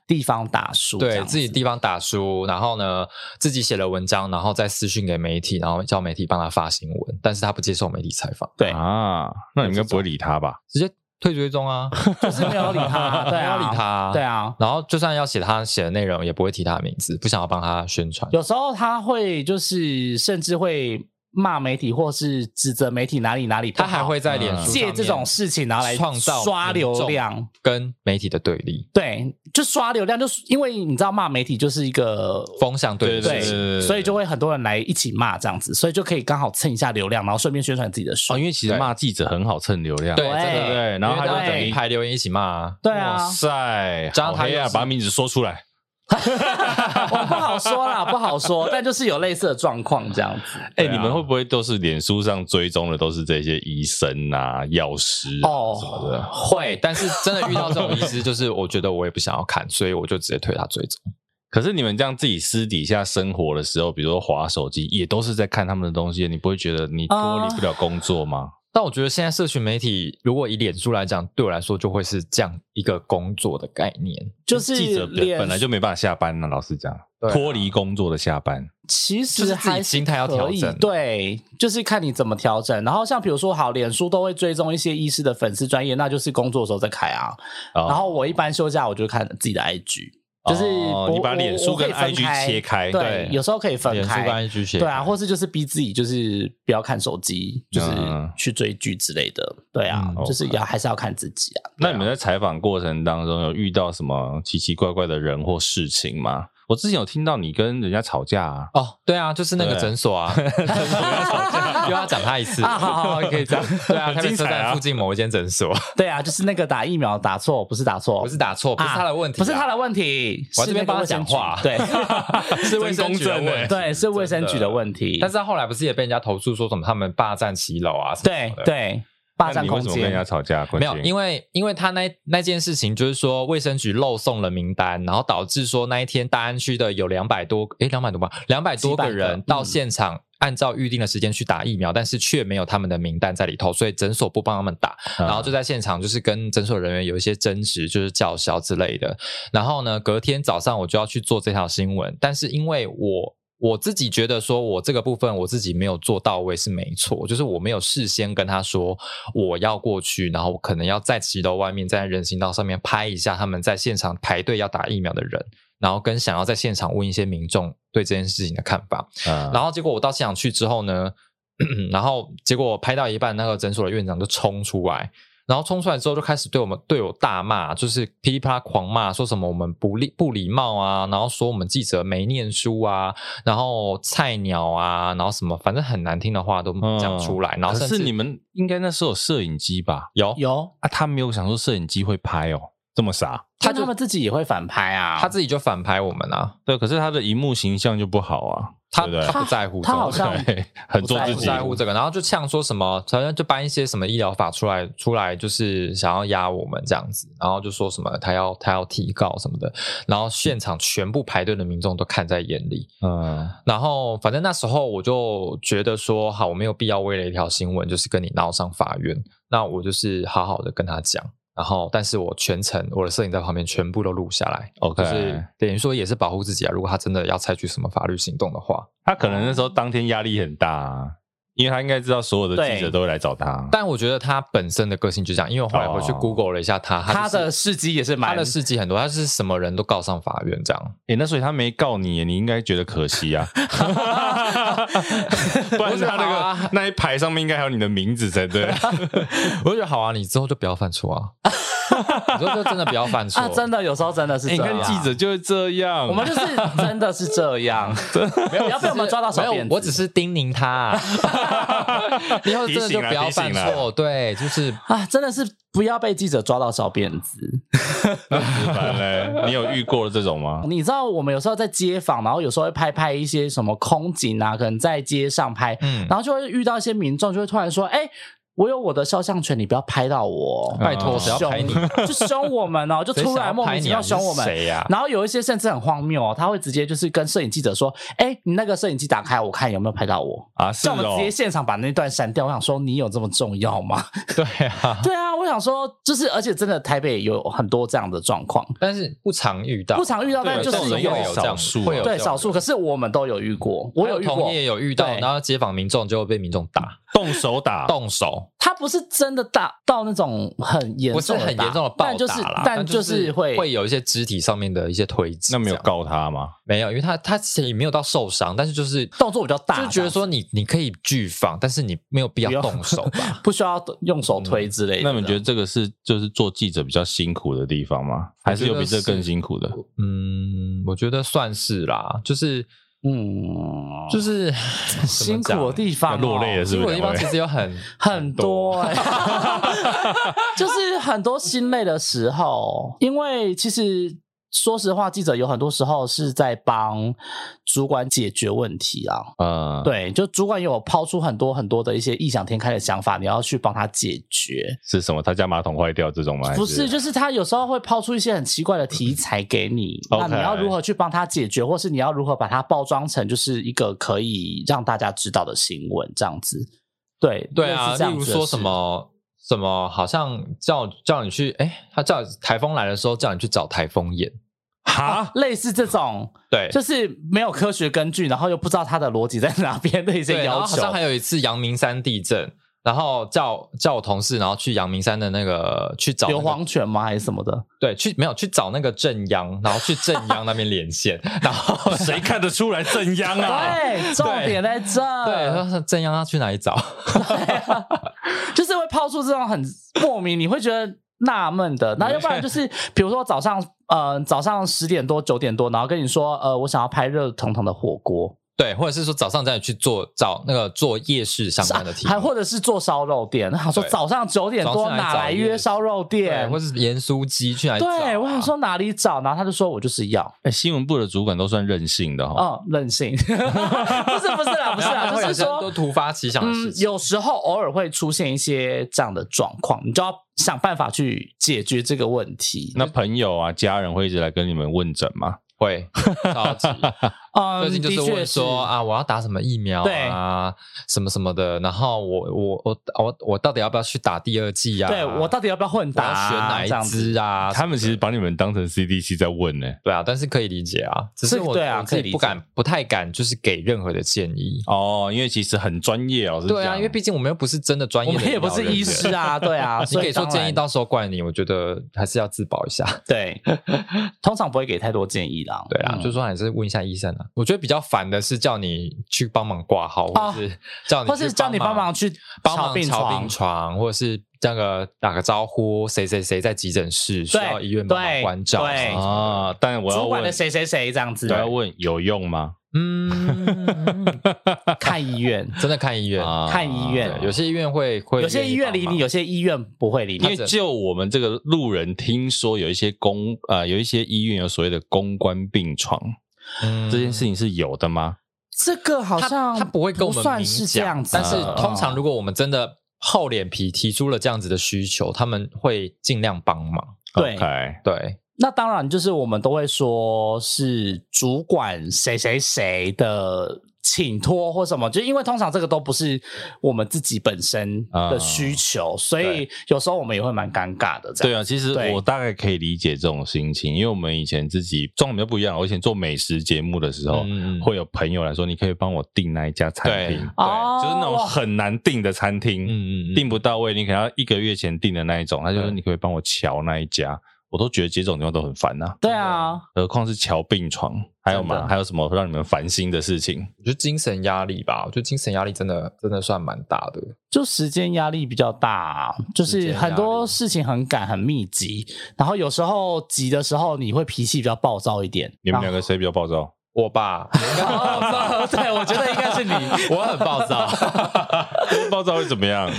D: 地方打书，这
E: 对
D: 样子
E: 自己地方打书，然后呢自己写了文章，然后再私讯给媒体，然后叫媒体帮他发新闻，但是他不接受媒体采访，
D: 对
B: 啊，那你们应该不会理他吧？
E: 直接退追踪啊，
D: 就是没有理他，
E: [laughs]
D: 对啊，
E: 不要理他
D: 对啊。
E: 然后就算要写他写的内容，也不会提他的名字，不想要帮他宣传。
D: 有时候他会就是甚至会骂媒体，或是指责媒体哪里哪里不
E: 他
D: 好，
E: 还会在脸书
D: 嗯
E: 上
D: 借
E: 面
D: 这种事情然后来
E: 创造
D: 刷
E: 民众
D: 流量，
E: 跟媒体的对立，
D: 对，就刷流量，就是因为你知道骂媒体就是一个
E: 风向对立
B: 对
E: 是
D: 对，所以就会很多人来一起骂这样子，所以就可以刚好蹭一下流量，然后顺便宣传自己的书。
B: 哦，因为其实
E: 对
B: 骂记者很好蹭流量，
E: 对
D: 对啊
E: 真的
B: 对对然后他
E: 因
B: 就
E: 为大家
B: 等
E: 一
B: 于
E: 排留言一起骂啊。
D: 对啊
B: 哇，塞，
E: 加上
B: 好
E: 他
B: 黑
E: 又
B: 啊，
E: 是
B: 把名字说出来。
D: [laughs] 我不好说啦，不好说，但就是有类似的状况这样子。
B: 哎、
D: 对啊
B: 你们会不会都是脸书上追踪的都是这些医生啊、药师啊、什么
D: 哦
B: 的？
E: 会，但是真的遇到这种医师，就是我觉得我也不想要看，所以我就直接推他追踪。
B: 可是你们这样自己私底下生活的时候，比如说划手机，也都是在看他们的东西，你不会觉得你
D: 啊
B: 脱离不了工作吗？
E: 但我觉得现在社群媒体，如果以脸书来讲，对我来说就会是这样一个工作的概念。
D: 就是
B: 记者本
D: 脸
B: 本来就没办法下班呢、老实讲，
E: 对啊
B: 脱离工作的下班。
D: 其
E: 就
D: 实
E: 是自己
D: 还是
E: 心态要调整
D: 可以对，就是看你怎么调整。然后像比如说，好，脸书都会追踪一些医师的粉丝专业，那就是工作的时候再开啊。
B: 哦
D: 然后我一般休假，我就看自己的 IG，就是
B: 哦
D: 我
B: 你把
D: 我
B: 脸书
D: 我可以
B: 跟
D: 分
B: IG
D: 开
B: 切开
D: 对
B: 对，
D: 有时候可以分
E: 脸书跟
D: 开，
E: IG 写
D: 对啊，或是就是逼自己就是不要看手机，就是
B: 嗯
D: 去追剧之类的，对啊
E: 嗯，
D: 就是要还是要看自己啊。
B: 那你们在采访过程当中有遇到什么奇奇怪怪的人或事情吗？我之前有听到你跟人家吵架啊，
E: 哦，对啊，就是那个
B: 对
E: 诊
D: [laughs]
E: 所啊，又要讲他一次，
D: 啊好好好
E: 可以这样。 [laughs] 对啊，台北
B: 精
E: 车
B: 彩啊
E: 站附近某一间诊
D: [laughs]
E: 所，
D: 对啊，就是那个打疫苗打错，不是打错，
E: 不是打错，不是他的问题啊，
D: 不是他的问题，
E: 我在这
D: 是那个
E: 边帮他
D: 卫生
E: 讲
D: 局
E: 话
D: 对 [laughs]
E: 是卫生局
B: 真公
E: 的
B: 正
E: 问
B: 欸
E: 题。
D: 对，是卫生局的问题。
E: 但是他后来不是也被人家投诉说什么他们霸占骑楼啊？什么什
D: 对
E: 么的。
D: 对，霸
B: 那
D: 占
B: 你为
D: 空
B: 什么跟人家
D: 间。
B: 吵架？
E: 啊没有，因
B: 为
E: 为因为他那那件事情，就是说卫生局漏送了名单，然后导致说那一天大安区的有两百多，诶，两百多吧，两百多个
D: 几百个
E: 人
D: 嗯
E: 到现场，按照预定的时间去打疫苗，但是却没有他们的名单在里头，所以诊所不帮他们打，然后就在现场就是跟诊所人员有一些争执，就是叫嚣之类的。然后呢，隔天早上我就要去做这条新闻，但是因为我。我自己觉得说，我这个部分我自己没有做到位是没错，就是我没有事先跟他说我要过去，然后我可能要在骑楼外面，在人行道上面拍一下他们在现场排队要打疫苗的人，然后跟想要在现场问一些民众对这件事情的看法。
B: 嗯
E: 然后结果我到现场去之后呢， [clears throat] 然后结果我拍到一半，那个诊所的院长就冲出来，然后冲出来之后就开始对我们队友大骂，就是噼里啪啦狂骂，说什么我们不礼不礼貌啊，然后说我们记者没念书啊，然后菜鸟啊，然后什么，反正很难听的话都讲出来，然后
B: 嗯可
E: 甚
B: 是
E: 至
B: 你们应该那时候有摄影机吧？
E: 有
D: 有，
B: 啊，他没有想说摄影机会拍哦，这么傻。
D: 他他们自己也会反拍啊，
E: 他自己就反拍我们啊，
B: 对，可是他的荧幕形象就不好啊，
E: 他
B: 对不对
E: 他不在乎这
D: 他
E: 个，
D: 好像
B: 对，很做
E: 在
B: 自
E: 不
B: 己。
E: 在乎这个，然后就呛说什么，反正就搬一些什么医疗法出来，出来就是想要压我们这样子，然后就说什么他要他要提告什么的，然后现场全部排队的民众都看在眼里，
B: 嗯，
E: 然后反正那时候我就觉得说，好，我没有必要为了一条新闻就是跟你闹上法院，那我就是好好的跟他讲。然后，但是我全程我的摄影在旁边全部都录下来哦
B: OK
E: 就是等于说也是保护自己啊。如果他真的要采取什么法律行动的话，
B: 他可能那时候当天压力很大、啊，因为他应该知道所有的记者
D: 对
B: 都会来找他。啊
E: 但我觉得他本身的个性就这样，因为我后来回去
B: 哦
E: Google 了一下他，
D: 他
E: 就是
D: 的事迹也是
E: 他
D: 蛮
E: 的事迹很多，他是什么人都告上法院这样。
B: 诶、那所以他没告你，你应该觉得可惜
D: [laughs]
B: 啊。不然他那
E: 好
B: 个
E: 啊
B: 那一排上面应该还有你的名字
D: [laughs]
B: 才
D: 啊
B: 对。
E: 我就觉得好啊，你之后就不要犯错啊，你之后就真的不要犯错、
D: 啊，真的有时候真的是
B: 诶
D: 这
B: 哎你看
D: 样，
B: 记者就是这样，
D: 我们就是真的是这样，不要被我们抓到手
E: 没有
D: 辫，子
E: 我只是叮咛他、以后真的就不要犯
B: 提醒啦提醒
E: 错。对，就是
D: 啊，真的是不要被记者抓到小辫子。
B: 子凡嘞，你有遇过这种吗？
D: 你知道我们有时候在街访，然后有时候会拍拍一些什么空景啊，可能在街上拍，
E: 嗯
D: 然后就会遇到一些民众，就会突然说：“哎、我有我的肖像权，你不要拍到我。
E: 拜托，
B: 嗯
E: 谁要
D: 凶
E: 拍你？
D: [laughs] 就凶我们
E: [laughs]
D: 哦，就
E: 谁
D: 突
E: 想要
D: 然莫
E: 拍
D: 名其
E: 你啊
D: 妙凶
E: 你是
D: 我们。
E: 谁呀？
D: 然后有一些甚至很荒谬哦，他会直接就是跟摄影记者说：“哎、你那个摄影机打开，我看有没有拍到我。”
B: 啊，是
D: 叫我们
B: 哦
D: 直接，现场把那段删掉。我想说，你有这么重要吗？
E: 对啊，
D: 对啊，我想说，就是而且真的台北有很多这样的状况，
E: 但是不常遇到，
D: 不常遇到，
E: 啊对
D: 但就
E: 这
D: 是
E: 种人
B: 有
E: 会有这样
B: 少数啊
E: 会有
D: 对
E: 这种
D: 少数，可是我们都有遇过，我有遇
E: 还同
D: 过
E: 业。有遇到，
D: 对
E: 然后街坊民众就会被民众打
B: 动手打，
E: 动手，
D: 他不是真的打到那种很严
E: 不是
D: 重的打，
E: 很严重的暴
D: 但就
E: 打
D: 是
E: 啦，
D: 但
E: 就
D: 就是会
E: 会有一些肢体上面的一些推挤，
B: 那没有
E: 这样
B: 告他吗？
E: 没有，因为他他其实也没有到受伤，但是就是
D: 动作比较大
E: 就觉得说你你可以拒访，但是你没有必
D: 不
E: 要
D: 要。
E: 动手吧
D: [laughs] 不需要用手
E: 嗯
D: 推之类的。
B: 那你们觉得这个是就是做记者比较辛苦的地方吗？还是有比这更辛苦的？
E: 嗯，我觉得算是啦，就是
D: 嗯，
E: 就是
D: [laughs] 辛苦的地方、
B: 要
D: 哦，
B: 落泪了，是
E: 辛
B: 不
E: 苦
B: 是
E: 的
B: 两
E: 地方
B: 位？
E: 其实有很
D: 很
B: [laughs]
D: 多、欸，就是很多心累的时候，因为其实。说实话，记者有很多时候是在帮主管解决问题啊。
B: 呃，
D: 对，就主管有抛出很多很多的一些异想天开的想法，你要去帮他解决。
B: 是什么？他家马桶坏掉这种吗？还
D: 不是，就是他有时候会抛出一些很奇怪的题材给你，那
E: 嗯
B: OK
D: 你要如何去帮他解决，或是你要如何把它包装成就是一个可以让大家知道的新闻这样子。对
E: 对
D: 类
E: 啊，
D: 似这
E: 例
D: 样
E: 如
D: 子的
E: 说
D: 事
E: 什么什么，好像叫叫你去，哎，他叫台风来的时候叫你去找台风眼，
B: 哈，
D: 啊类似这种，
E: 对，
D: 就是没有科学根据，然后又不知道它的逻辑在哪边的一些
E: 对，然后
D: 要
E: 好
D: 求
E: 像。还有一次阳明山地震，然后叫叫我同事，然后去阳明山的那个去找、那
D: 硫
E: 个
D: 磺泉吗？还是什么的？
E: 对，去没有去找那个正央，然后去正央那边
D: [laughs]
E: 连线，然后
B: 谁看得出来正央啊？
D: 对，重点在这。
E: 对，他说正央要去哪里找？ [laughs]
D: 就是会抛出这种很莫名，你会觉得纳闷
E: [laughs]
D: 的。那要不然就是，比如说早上，呃，早上十点多、九点多，然后跟你说，呃，我想要拍热腾腾的火锅，
E: 对，或者是说早上再去做找那个做夜市相关的题
D: 啊
E: 目，
D: 还或者是做烧肉店。他说
E: 对
D: 早上九点
E: 早
D: 多
E: 上去哪
D: 哪
E: 里找
D: 来
E: 夜
D: 约
E: 市
D: 烧肉
E: 对，
D: 店
E: 或？是啊盐酥鸡去哪里找、
D: 对，我想，
E: [laughs]
D: 说哪里找，然后他就说我就是要，
B: 哎，新闻部的主管都算任性的哈。
D: 哦，任
E: [laughs]
D: 性，不是不是啦，不是
E: 然
D: 啦，就
E: 后会有
D: 是
E: 些都
D: 说，
E: 突发奇想的事
D: 嗯，
E: 情。
D: 有时候偶尔会出现一些这样的状况，你就要想办法去解决这个问题。 [laughs]
B: 那朋友啊、家人会一直来跟你们问诊吗？
E: 会，超级
D: 嗯，
E: 最近就是
D: 的确
E: 问说
D: 是
E: 啊，我要打什么疫苗啊，什么什么的，然后我我我我我到底要不要去打第二剂啊？
D: 对我到底要不要混
E: 我
D: 打、
E: 要
D: 啊？
E: 选哪
D: 这样
E: 一
D: 子
E: 支啊？
B: 他们其实把你们当成 CDC 在问呢、
E: 对啊，但是可以理解啊，只是
D: 是
E: 我
D: 对啊
E: 我自
D: 可以理
E: 己
D: 解
E: 不敢不太敢就是给任何的建议。
B: 哦，因为其实很专业，哦老师
E: 对啊，因为毕竟我们又不是真的专
D: 我
E: 业的
D: 们
E: 医疗人
D: 也
E: 员，
D: 不是医师啊，对啊，
E: [laughs] 你
D: 所以
E: 给出
D: 当然
E: 建议，到时候怪你，我觉得还是要自保一下。
D: 对，通常不会给太多建议啦。
E: 对啊，
D: 嗯
E: 就是说还是问一下医生啊。我觉得比较烦的是叫你去帮忙挂号，
D: 啊
E: 哦或是叫你
D: 或是叫你帮忙去
E: 帮
D: 瞧
E: 忙
D: 病
E: 瞧
D: 床
E: 病床，或者是那个打个招呼，谁谁谁在急诊室需要医院帮忙
D: 对
E: 关照
D: 对
E: 什么
B: 啊，但我要
D: 主管的
B: 问，
D: 谁谁谁这样子
B: 我，
E: 啊哎
B: 要问有用
E: [laughs]
B: 吗？
E: 嗯，
D: 看医
E: [laughs]
D: 院，
E: 真的看医院，
B: 啊
D: 看医院
E: 对有些医院会会
D: 有些医院理你，有些医院不会理
B: 因
D: 你
B: 为。就我们这个路人听说有一些公呃有一些医院有所谓的公关病床，
E: 嗯
B: 这件事情是有的吗？
D: 这个好像
E: 他他不会跟我们
D: 不算
E: 明
D: 是这
E: 讲
D: 样子的，嗯
E: 但是通常如果我们真的厚脸皮提出了这样子的需求，他们会尽量帮忙。
D: 对
B: OK
E: 对，
D: 那当然，就是我们都会说是主管谁谁谁的请托或什么，就因为通常这个都不是我们自己本身的需求，所以有时候我们也会蛮尴尬的。这
B: 对
D: 样
B: 啊，其实
D: 对
B: 我大概可以理解这种心情，因为我们以前自己状况比较不一样。我以前做美食节目的时候，
E: 嗯嗯嗯
B: 会有朋友来说，你可以帮我订那一家餐
E: 对
B: 厅，
D: 哦
B: 就是那种
D: 哇
B: 很难订的餐厅，
E: 嗯嗯嗯
B: 订不到位，你可能要一个月前订的那一种，他就说
E: 嗯
B: 你可不可以帮我瞧那一家，我都觉得这种地方都很烦呐、
D: 对啊，
B: 何况是瞧病床，还有
D: 真
B: 嘛，
D: 的
B: 还有什么让你们烦心的事情？
E: 我觉得精神压力吧，我觉得精神压力真的真的算蛮大的。
D: 就时间压力比较大，就
E: 时
D: 是
E: 间压
D: 很多
E: 力
D: 事情很赶很密集，然后有时候急的时候你会脾气比较暴躁一点。
B: 你们
D: 然
B: 两
D: 后
B: 个谁比较暴躁？
D: [laughs]
E: 我吧，我应该很暴躁
D: 哦对我觉得应该是你
E: [laughs] 我很暴躁。
B: [laughs] 暴躁会怎么样？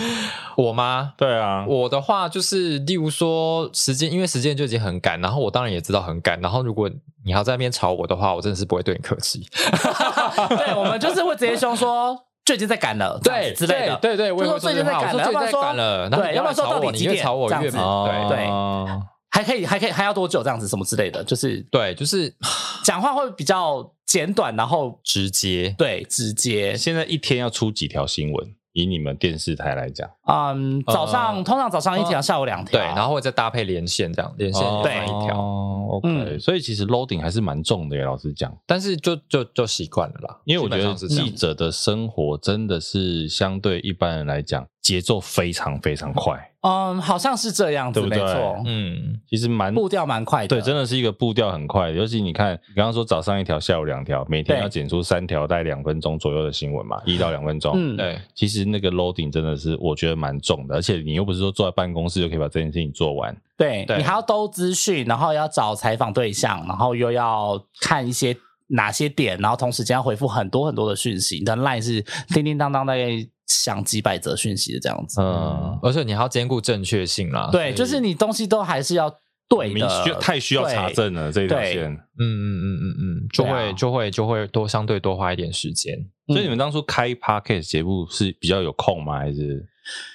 E: 我吗？
B: 对啊，
E: 我的话就是，例如说时间，因为时间就已经很赶，然后我当然也知道很赶，然后如果你还要在那边吵我的话，我真的是不会对你客气。
D: [laughs] 对，我们就是会直接凶说就已经在赶了，这样
E: [laughs] 对
D: 啊子之类的。
E: 对对对，我也会
D: 就说
E: 说
D: 最近在赶
E: 这
D: 了
E: 句话我说最
D: 要
E: 近
D: 不
E: 在
D: 然
E: 赶了，
D: 说
E: 然后你
D: 对要不然说
E: 吵
D: 到
E: 我，
D: 底
E: 你
D: 几
E: 越
D: 点
E: 吵我
D: 这样
E: 越
D: 子
E: 对
D: 对
B: 哦
D: 还可以，还可以，还要多久这样子，什么之类的，就是
E: 对，就是
D: 讲话会比较简短，然后
E: 直接。
D: 对直接。
B: 现在一天要出几条新闻？以你们电视台来讲，
D: 嗯，早上、
E: 呃
D: 通常早上一条，下午两啊条，
E: 对，然后会再搭配连线，这样连线
B: 哦
E: 就放一条，
B: ，OK，、
D: 嗯
B: 所以其实 loading 还是蛮重的耶。老实讲，
E: 但是就就就习惯了啦，
B: 因为我觉
E: 基
B: 得
E: 本上是这样
B: 记者的生活真的是相对一般人来讲，节奏非常非常快，
D: 嗯，好像是这样子，
B: 对不对
D: 没错，
E: 嗯，
B: 其实蛮
D: 步调蛮快的，
B: 对，真的是一个步调很快的。尤其你看，你刚刚说早上一条，下午两条，每天
D: 对
B: 要剪出三条，大概两分钟左右的新闻嘛，一到两分钟。
D: 嗯
E: 对，
B: 其实那个 loading 真的是我觉得蛮重的，而且你又不是说坐在办公室就可以把这件事情做完。
D: 对
E: 对
D: 你还要兜资讯，然后要找采访对象，然后又要看一些哪些点，然后同时间要回复很多很多的讯息。你的 line 是叮叮当当大概响几百则讯息的这样子。
E: 呃
B: 嗯，
E: 而且你还要兼顾正确性啦，
D: 对，
E: 所
D: 就
E: 以
D: 是你东西都还是要对
B: 明需
D: 的，
B: 太需要查证了这一条
D: 对
B: 线。
E: 嗯嗯嗯嗯嗯，就
D: 对
E: 会、
D: 啊
E: 就会就会多相对多花一点时间。
D: 嗯
B: 所以你们当初开 podcast 节目是比较有空吗？还是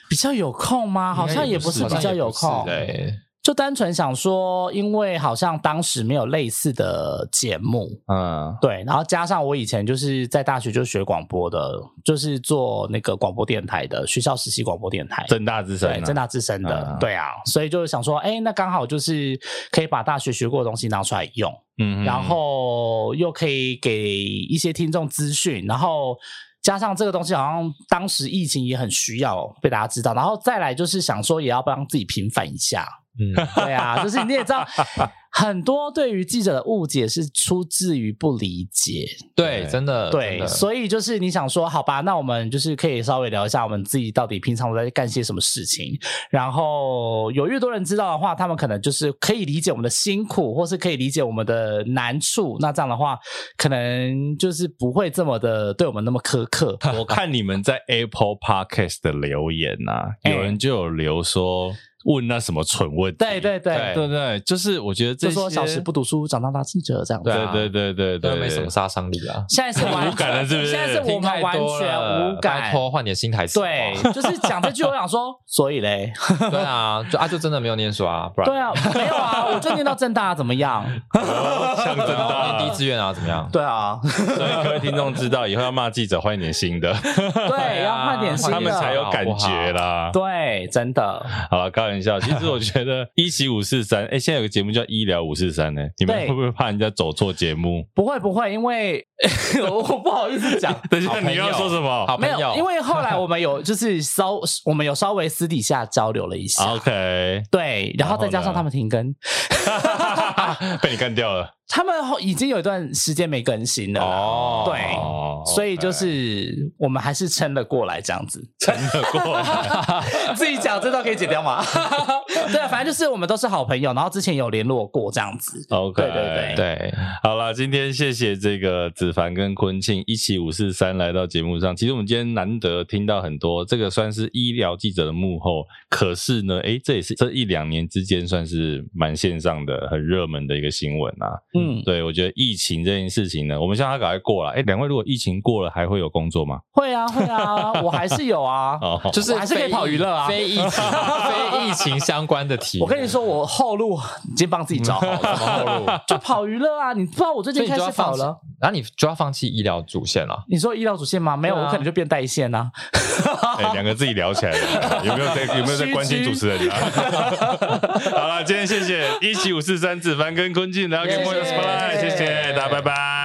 D: 比较有空吗？好像也不是
E: 好
D: 比
E: 像
D: 较
E: 也
D: 有
E: 不是
D: 空，
E: 对，
D: 就单纯想说，因为好像当时没有类似的节目，
B: 嗯
D: 对，然后加上我以前就是在大学就学广播的，就是做那个广播电台的，学校实习广播电台，
B: 正大之声、啊
D: 对，正大之声的，
B: 嗯
D: 对啊，所以就是想说，哎，那刚好就是可以把大学学过的东西拿出来用，
B: 嗯
D: 然
B: [laughs]
D: 后又可以给一些听众资讯，然后。加上这个东西，好像当时疫情也很需要被大家知道，然后再来就是想说，也要帮自己平反一下，
E: 嗯，
D: [laughs] 对啊，就是你也知道，很多对于记者的误解是出自于不理解，
E: 对，
B: 对
E: 真的，真
D: 对，
E: 的
D: 所以就是你想说，好吧，那我们就是可以稍微聊一下我们自己到底平常我在干些什么事情。然后有越多人知道的话，他们可能就是可以理解我们的辛苦，或是可以理解我们的难处。那这样的话，可能就是不会这么的对我们那么苛刻。
B: 我看你们在 Apple Podcast 的留言呐、啊，
D: [laughs] 哎
B: 有人就有留说，问那什么蠢问题。
D: [laughs] 对对对
E: 哎
B: 对对，就是我觉得这
D: 就
B: 些
D: 说小时不读书，长大当记者这样子。
E: 对啊
B: 对对对对
E: 对，
B: 对，
E: 没什么杀伤力啊。
D: 现在是完
B: 无感了是不是
D: [laughs] 现在是我们
E: 听太
D: 完
E: 多
D: 全
E: 了
D: 无感
E: 拜。托换点新台词。
D: 对，就是讲这句，我想说，所以嘞，
E: [laughs] 对啊，就啊，就真的没有念书啊，不然 [laughs]
D: 对啊，没有啊，我就念到正大怎么样？
B: 像真
E: 对啊我念第一
B: 的。
E: 志愿啊，怎么样？
D: [laughs] 对啊，
B: [laughs] 所以各位听众知道，以后要骂记者换一点新的，
D: 对，要换点新
B: 啊 [laughs] 他们才
D: 的。
B: 有感觉啦。
D: 对，真的，
B: 好了，开玩笑。其实我觉
D: [laughs]
B: 得一七五四三，哎，现在有个节目叫医疗五四三呢，你们
D: 对
B: 会不会怕人家走错节目？
D: 不会不会，因为 [laughs] 我不好意思讲，
B: [laughs] 等一
E: 好
B: 下
E: 朋友
B: 你要说什么？
E: 好
D: 没
E: 朋
D: 有，
E: 友，
D: 因为后来我们有就是稍，我们有稍微私底下交流了
B: [laughs]
D: 一下，
B: 哦，OK，
D: 对，然后再加上他们停更，
B: 被你干掉了
D: 他们后已经有一段时间没更新了啦，
E: 哦，
D: 对
B: 哦，
D: 所以就是我们还是撑了过来这样子。 [laughs]
B: 撑得过来。
D: 自己讲这段可以剪掉吗？ [laughs] 对啊，反正就是我们都是好朋友，然后之前有联络过这样子。
B: OK，
D: 对对
E: 对，
B: 好啦，今天谢谢这个子凡跟坤庆一起五四三来到节目上。其实我们今天难得听到很多，这个算是医疗记者的幕后，可是呢，诶，这也是这一两年之间算是蛮线上的、很热门的一个新闻啊。
D: 嗯，
B: 对，我觉得疫情这件事情呢，我们希望它赶快过了。诶，两位如果疫情过了，还会有工作吗？
D: 会啊会啊，我还是有啊。
B: 哦，
E: [laughs] 就是
D: 我还是可以跑娱乐啊
E: 非
D: [laughs]
E: 疫情、非疫情相关的题。
D: 我跟你说，我后路 [laughs] 已经帮自己找好
E: 什么后
D: 了，
E: 路，
D: [laughs] 就跑娱乐啊。你不知道我最
E: 所
D: 近
E: 以你
D: 开
E: 就要
D: 始跑
E: 放弃
D: 了。，
E: 然啊后你就要放弃医疗主线了。
D: 你说医疗主线吗？没有，
E: 对啊
D: 我可能就变代线啊。
B: 哎，两个自己聊起来了，有没有在有没有在关心主持人啊？ [laughs] 好了，今天谢谢一七五四三子凡跟坤进来给我们的
E: 谢谢
B: spotlight，谢谢大家，拜拜，